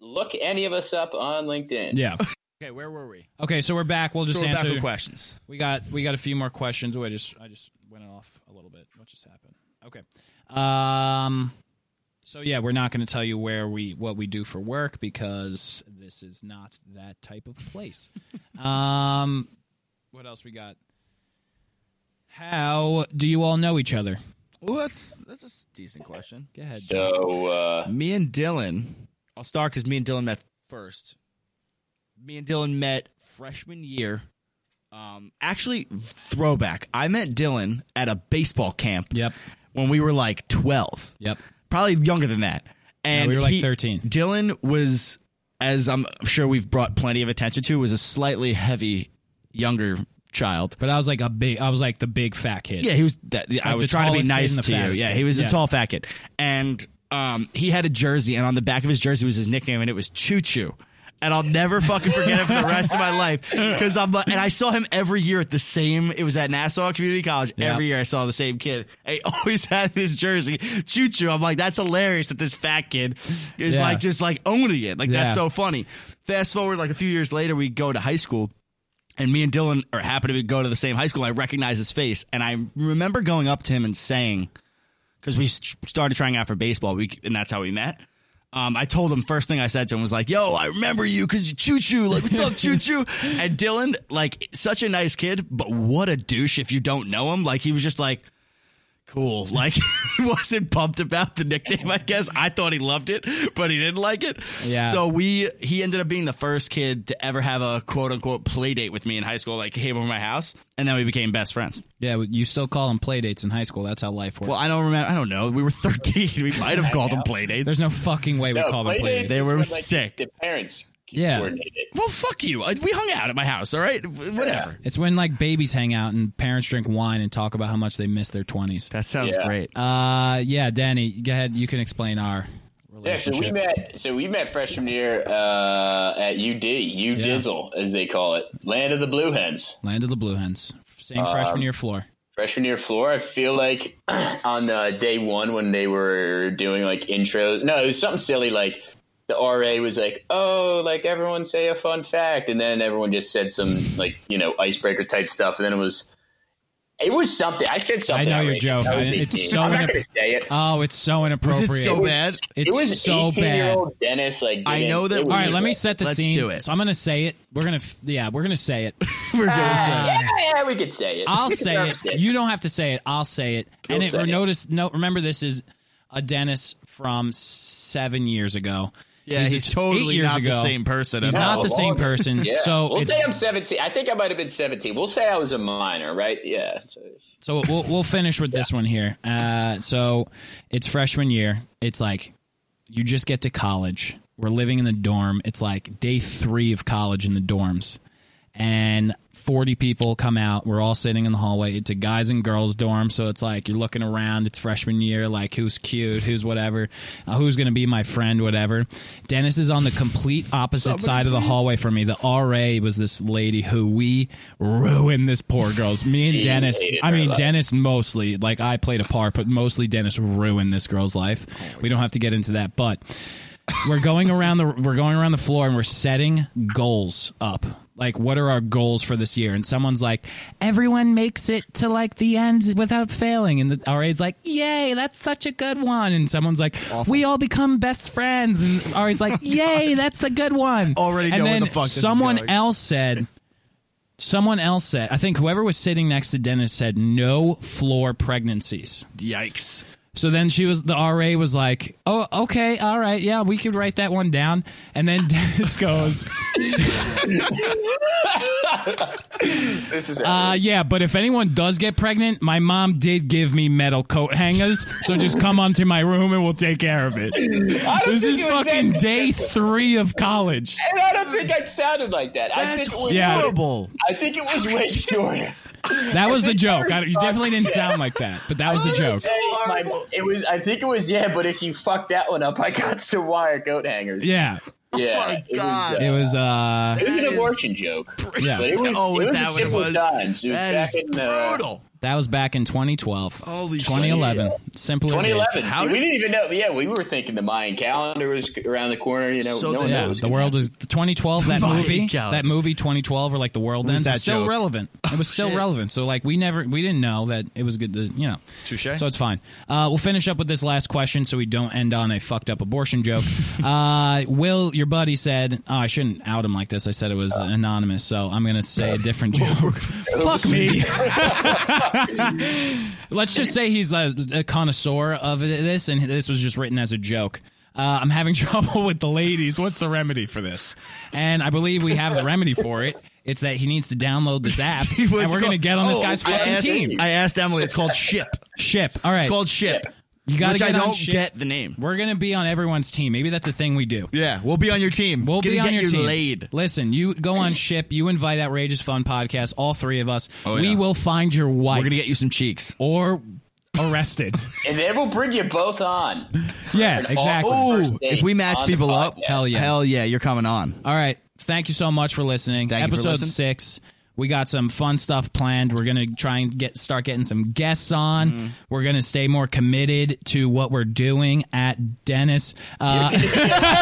[SPEAKER 4] look any of us up on LinkedIn.
[SPEAKER 3] Yeah.
[SPEAKER 5] Okay, where were we?
[SPEAKER 3] Okay, so we're back. We'll just
[SPEAKER 5] So we're back
[SPEAKER 3] answer.
[SPEAKER 5] with questions.
[SPEAKER 3] we got we got a few more questions. Oh, I just I just went off a little bit. What just happened? Okay. Um. So yeah, we're not going to tell you where we what we do for work because this is not that type of place. um. What else we got? How do you all know each other?
[SPEAKER 5] Well, that's that's a s- decent question.
[SPEAKER 3] Go ahead.
[SPEAKER 4] So uh,
[SPEAKER 5] Me and Dylan, I'll start because me and Dylan met first. Me and Dylan met freshman year. Um, actually, throwback. I met Dylan at a baseball camp.
[SPEAKER 3] Yep.
[SPEAKER 5] When we were like twelve,
[SPEAKER 3] Yep.
[SPEAKER 5] probably younger than that. And
[SPEAKER 3] we were like
[SPEAKER 5] he-
[SPEAKER 3] 13.
[SPEAKER 5] Dylan was, as I'm sure we've brought plenty of attention to, was a slightly heavy younger child.
[SPEAKER 3] But I was like a big. I was like the big fat kid.
[SPEAKER 5] Yeah, he was. That, I
[SPEAKER 3] the
[SPEAKER 5] was trying to be
[SPEAKER 3] tallest kid
[SPEAKER 5] nice
[SPEAKER 3] and the
[SPEAKER 5] to you.
[SPEAKER 3] fattest
[SPEAKER 5] Yeah,
[SPEAKER 3] kid.
[SPEAKER 5] he was
[SPEAKER 3] Yeah.
[SPEAKER 5] a tall fat kid, and um, he had a jersey, and on the back of his jersey was his nickname, and it was Choo Choo. And I'll never fucking forget it for the rest of my life because I'm. like- And I saw him every year at the same. It was at Nassau Community College. Every year I saw the same kid. He always had his jersey, Choo Choo. I'm like, that's hilarious that this fat kid is
[SPEAKER 3] Yeah.
[SPEAKER 5] like just like owning it. Like
[SPEAKER 3] Yeah.
[SPEAKER 5] that's so funny. Fast forward like a few years later, we go to high school and me and Dylan are happy to go to the same high school. I recognize his face, and I remember going up to him and saying, because we s- started trying out for baseball, we and that's how we met. Um, I told him first thing I said to him was like, "Yo, I remember you because you choo choo. Like, what's up, choo choo?" And Dylan, like, such a nice kid, but what a douche if you don't know him. Like, he was just like, "Cool." Like, he wasn't pumped about the nickname. I guess I thought he loved it, but he didn't like it.
[SPEAKER 3] Yeah.
[SPEAKER 5] So we he ended up being the first kid to ever have a quote unquote play date with me in high school. Like, he came over to my house, and then we became best friends.
[SPEAKER 3] Yeah. You still call them play dates in high school. That's how life works.
[SPEAKER 5] Well, I don't remember. I don't know. We were thirteen. We might have called them play dates.
[SPEAKER 3] There's no fucking way we
[SPEAKER 4] no,
[SPEAKER 3] call them
[SPEAKER 4] play
[SPEAKER 3] play
[SPEAKER 4] dates
[SPEAKER 3] dates.
[SPEAKER 5] They
[SPEAKER 4] is
[SPEAKER 5] were
[SPEAKER 4] when, like,
[SPEAKER 5] sick.
[SPEAKER 4] The parents
[SPEAKER 3] Yeah.
[SPEAKER 4] coordinated.
[SPEAKER 5] Well, fuck you. I- We hung out at my house, all right? W- Whatever.
[SPEAKER 3] It's when like babies hang out and parents drink wine and talk about how much they miss their twenties.
[SPEAKER 5] That sounds
[SPEAKER 4] Yeah.
[SPEAKER 5] great.
[SPEAKER 3] Uh, yeah, Danny, go ahead. You can explain our
[SPEAKER 4] Yeah, so
[SPEAKER 3] relationship.
[SPEAKER 4] we met. So we met freshman year uh, at UD, U Dizzle as they call it, land of the blue hens.
[SPEAKER 3] Land of the Blue Hens, same freshman year floor.
[SPEAKER 4] Freshman year floor. I feel like on uh, day one when they were doing like intros. No, it was something silly like the RA was like, "Oh, like everyone say a fun fact," and then everyone just said some like you know icebreaker type stuff, and then it was. It was something. I said something.
[SPEAKER 3] know your
[SPEAKER 4] outrageous.
[SPEAKER 3] joke.
[SPEAKER 4] That was
[SPEAKER 3] I- it's
[SPEAKER 4] 18.
[SPEAKER 3] so
[SPEAKER 4] I'm not
[SPEAKER 3] inap-
[SPEAKER 4] going to say it.
[SPEAKER 3] Oh, it's so inappropriate.
[SPEAKER 5] bad?
[SPEAKER 3] It's
[SPEAKER 4] it was
[SPEAKER 3] so
[SPEAKER 4] 18 year
[SPEAKER 3] bad. All
[SPEAKER 4] old Dennis. Like,
[SPEAKER 5] I
[SPEAKER 4] didn't-
[SPEAKER 5] know that-
[SPEAKER 4] it was
[SPEAKER 5] All
[SPEAKER 3] right, let me set the
[SPEAKER 5] Let's
[SPEAKER 3] scene.
[SPEAKER 5] do it.
[SPEAKER 3] So I'm gonna say it. We're gonna, f- yeah, we're gonna say it.
[SPEAKER 5] We're gonna
[SPEAKER 4] Yeah, yeah, we could say it.
[SPEAKER 3] I'll
[SPEAKER 4] We could
[SPEAKER 3] say
[SPEAKER 4] pronounce
[SPEAKER 3] it. You don't have to say it. I'll say it.
[SPEAKER 4] You'll
[SPEAKER 3] and it,
[SPEAKER 4] say it.
[SPEAKER 3] notice, no, remember this is a Dennis from seven years ago.
[SPEAKER 5] Yeah,
[SPEAKER 3] He's
[SPEAKER 5] he's,
[SPEAKER 3] eight
[SPEAKER 5] totally
[SPEAKER 3] years
[SPEAKER 5] not the
[SPEAKER 3] ago.
[SPEAKER 5] same person.
[SPEAKER 3] He's
[SPEAKER 5] at
[SPEAKER 3] not
[SPEAKER 5] all.
[SPEAKER 3] the same person.
[SPEAKER 4] Yeah.
[SPEAKER 3] So
[SPEAKER 4] we'll
[SPEAKER 3] it's,
[SPEAKER 4] say I'm 17. I think I might have been 17. We'll say I was a minor, right? Yeah. So,
[SPEAKER 3] So we'll we'll finish with this one here. Uh, so it's freshman year. It's like you just get to college. We're living in the dorm. It's like day three of college in the dorms, and 40 people come out. We're all sitting in the hallway. It's a guys and girls dorm. So it's like you're looking around. It's freshman year. Like who's cute, who's whatever, uh, who's going to be my friend, whatever. Dennis is on the complete opposite side of the hallway from me. The RA was this lady who we ruined this poor girl's. Me and
[SPEAKER 4] She
[SPEAKER 3] Dennis,
[SPEAKER 4] hated
[SPEAKER 3] I
[SPEAKER 4] her
[SPEAKER 3] mean,
[SPEAKER 4] life.
[SPEAKER 3] Dennis mostly, like I played a part, but mostly Dennis ruined this girl's life. We don't have to get into that. But we're going around the we're going around the floor and we're setting goals up. Like what are our goals for this year? And someone's like, everyone makes it to like the end without failing. And the RA's like, yay, that's such a good one. And someone's like, we all become best friends. And RA's like, yay, that's a good one.
[SPEAKER 5] Oh Already
[SPEAKER 3] and
[SPEAKER 5] know where
[SPEAKER 3] then
[SPEAKER 5] the fuck this is
[SPEAKER 3] someone
[SPEAKER 5] going.
[SPEAKER 3] else said, someone else said, I think whoever was sitting next to Dennis said, no floor pregnancies.
[SPEAKER 5] Yikes.
[SPEAKER 3] So then she was the RA was like, "Oh, okay, all right, yeah, we could write that one down." And then Dennis goes,
[SPEAKER 4] This is
[SPEAKER 3] uh, "Yeah, but if anyone does get pregnant, my mom did give me metal coat hangers, so just come onto my room and we'll take care of it." This
[SPEAKER 4] think
[SPEAKER 3] is
[SPEAKER 4] it was
[SPEAKER 3] fucking
[SPEAKER 4] that-
[SPEAKER 3] day three of college.
[SPEAKER 4] and I don't think I sounded like that. I
[SPEAKER 5] That's
[SPEAKER 4] think it was,
[SPEAKER 3] Yeah.
[SPEAKER 5] horrible.
[SPEAKER 4] I think it was way shorter.
[SPEAKER 3] That was the joke. I, you definitely didn't sound like that, but that was the joke.
[SPEAKER 4] My, it was. I think it was. Yeah, but if you fuck that one up, I got some wire goat hangers.
[SPEAKER 3] Yeah,
[SPEAKER 4] yeah.
[SPEAKER 5] Oh my
[SPEAKER 4] it was,
[SPEAKER 5] God.
[SPEAKER 4] uh,
[SPEAKER 3] it was. uh
[SPEAKER 4] It was
[SPEAKER 5] That
[SPEAKER 4] an
[SPEAKER 5] is-
[SPEAKER 4] abortion joke.
[SPEAKER 3] Yeah.
[SPEAKER 4] But it was,
[SPEAKER 5] Oh,
[SPEAKER 4] it
[SPEAKER 5] is
[SPEAKER 4] was
[SPEAKER 5] that
[SPEAKER 4] a
[SPEAKER 5] what it
[SPEAKER 4] simple
[SPEAKER 5] was?
[SPEAKER 4] times. It was
[SPEAKER 5] That
[SPEAKER 4] back
[SPEAKER 5] is
[SPEAKER 4] in uh,
[SPEAKER 5] brutal.
[SPEAKER 3] That was back in 2012.
[SPEAKER 5] Holy shit.
[SPEAKER 3] 2011. Simple.
[SPEAKER 4] 2011.
[SPEAKER 5] How
[SPEAKER 4] See,
[SPEAKER 5] did-
[SPEAKER 4] we didn't even know. Yeah, we were thinking the Mayan calendar was around the corner. You know,
[SPEAKER 5] So
[SPEAKER 4] no
[SPEAKER 5] the-
[SPEAKER 4] one
[SPEAKER 3] Yeah,
[SPEAKER 4] knows.
[SPEAKER 3] the world was 2012. That
[SPEAKER 5] Mayan
[SPEAKER 3] movie,
[SPEAKER 5] calendar.
[SPEAKER 3] that movie 2012, or like the world ends.
[SPEAKER 5] that
[SPEAKER 3] It's still
[SPEAKER 5] joke? Oh,
[SPEAKER 3] relevant. It was still
[SPEAKER 5] shit.
[SPEAKER 3] relevant. So like we never, we didn't know that it was good. To, you know,
[SPEAKER 5] Touche.
[SPEAKER 3] So it's fine. Uh, we'll finish up with this last question, so we don't end on a fucked up abortion joke. uh, Will, your buddy said, "Oh, I shouldn't out him like this. I said it
[SPEAKER 5] Oh.
[SPEAKER 3] was uh, anonymous, so I'm gonna say a different joke." Fuck me. Let's just say he's a, a connoisseur of this, and this was just written as a joke. Uh, I'm having trouble with the ladies. What's the remedy for this? And I believe we have the remedy for it. It's that he needs to download this app,
[SPEAKER 5] What's
[SPEAKER 3] and
[SPEAKER 5] it
[SPEAKER 3] we're going to
[SPEAKER 5] called?
[SPEAKER 3] get on this
[SPEAKER 5] Oh,
[SPEAKER 3] guy's
[SPEAKER 5] I
[SPEAKER 3] fucking
[SPEAKER 5] asked-
[SPEAKER 3] team.
[SPEAKER 5] I asked Emily. It's called Ship.
[SPEAKER 3] Ship. All right.
[SPEAKER 5] It's called Ship.
[SPEAKER 3] you got to
[SPEAKER 5] Which
[SPEAKER 3] get
[SPEAKER 5] I
[SPEAKER 3] on
[SPEAKER 5] don't
[SPEAKER 3] ship.
[SPEAKER 5] get the name.
[SPEAKER 3] We're going to be on everyone's team. Maybe that's a thing we do.
[SPEAKER 5] Yeah, we'll be on your team.
[SPEAKER 3] We'll
[SPEAKER 5] Gonna
[SPEAKER 3] be on
[SPEAKER 5] get
[SPEAKER 3] your
[SPEAKER 5] you
[SPEAKER 3] team.
[SPEAKER 5] Laid.
[SPEAKER 3] Listen, you go on ship. You invite outrageous fun podcast. All three of us.
[SPEAKER 5] Oh,
[SPEAKER 3] We
[SPEAKER 5] yeah.
[SPEAKER 3] will find your wife
[SPEAKER 5] We're gonna get you some cheeks.
[SPEAKER 3] or arrested.
[SPEAKER 4] and then we'll bring you both on.
[SPEAKER 3] yeah,
[SPEAKER 4] An
[SPEAKER 3] exactly.
[SPEAKER 4] awkward
[SPEAKER 5] Ooh,
[SPEAKER 4] first date
[SPEAKER 5] if we match
[SPEAKER 4] on the
[SPEAKER 5] people up,
[SPEAKER 4] podcast.
[SPEAKER 3] Hell yeah.
[SPEAKER 5] hell yeah, you're coming on.
[SPEAKER 3] All right. Thank you so much for listening.
[SPEAKER 5] Thank you for
[SPEAKER 3] Episode
[SPEAKER 5] listening.
[SPEAKER 3] six. We got some fun stuff planned. We're gonna try and get start getting some guests on.
[SPEAKER 5] Mm-hmm.
[SPEAKER 3] We're gonna stay more committed to what we're doing at Dennis. Uh,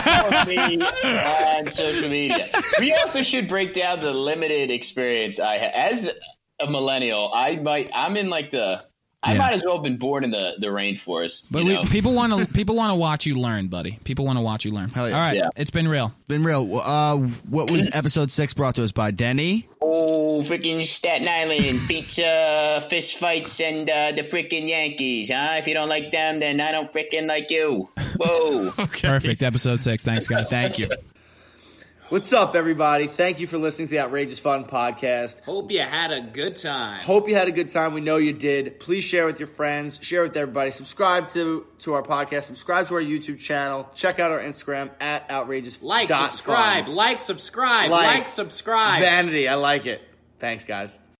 [SPEAKER 4] Follow me on social media. We also should break down the limited experience I have as a millennial. I might. I'm in like the. I
[SPEAKER 3] Yeah.
[SPEAKER 4] might as well have been born in the the rainforest.
[SPEAKER 3] but
[SPEAKER 4] you
[SPEAKER 3] we,
[SPEAKER 4] know?
[SPEAKER 3] people want to people want to watch you learn, buddy. People want to watch you learn.
[SPEAKER 5] Hell yeah.
[SPEAKER 3] All right,
[SPEAKER 4] Yeah.
[SPEAKER 3] it's been real.
[SPEAKER 5] Been real. Uh, what was episode six brought to us by Denny?
[SPEAKER 4] Oh, freaking Staten Island pizza, fish fights, and uh, the freaking Yankees, huh? If you don't like them, then I don't freaking like you. Whoa.
[SPEAKER 3] Perfect episode six. Thanks, guys. Thank you.
[SPEAKER 6] What's up, everybody? Thank you for listening to the Outrageous Fun podcast.
[SPEAKER 2] Hope you had a good time.
[SPEAKER 6] Hope you had a good time. We know you did. Please share with your friends. Share with everybody. Subscribe to to our podcast. Subscribe to our YouTube channel. Check out our Instagram at outrageous.
[SPEAKER 2] Like,
[SPEAKER 6] dot
[SPEAKER 2] subscribe,
[SPEAKER 6] fun.
[SPEAKER 2] like, subscribe,
[SPEAKER 6] Like.
[SPEAKER 2] like, subscribe.
[SPEAKER 6] Vanity. I like it. Thanks, guys.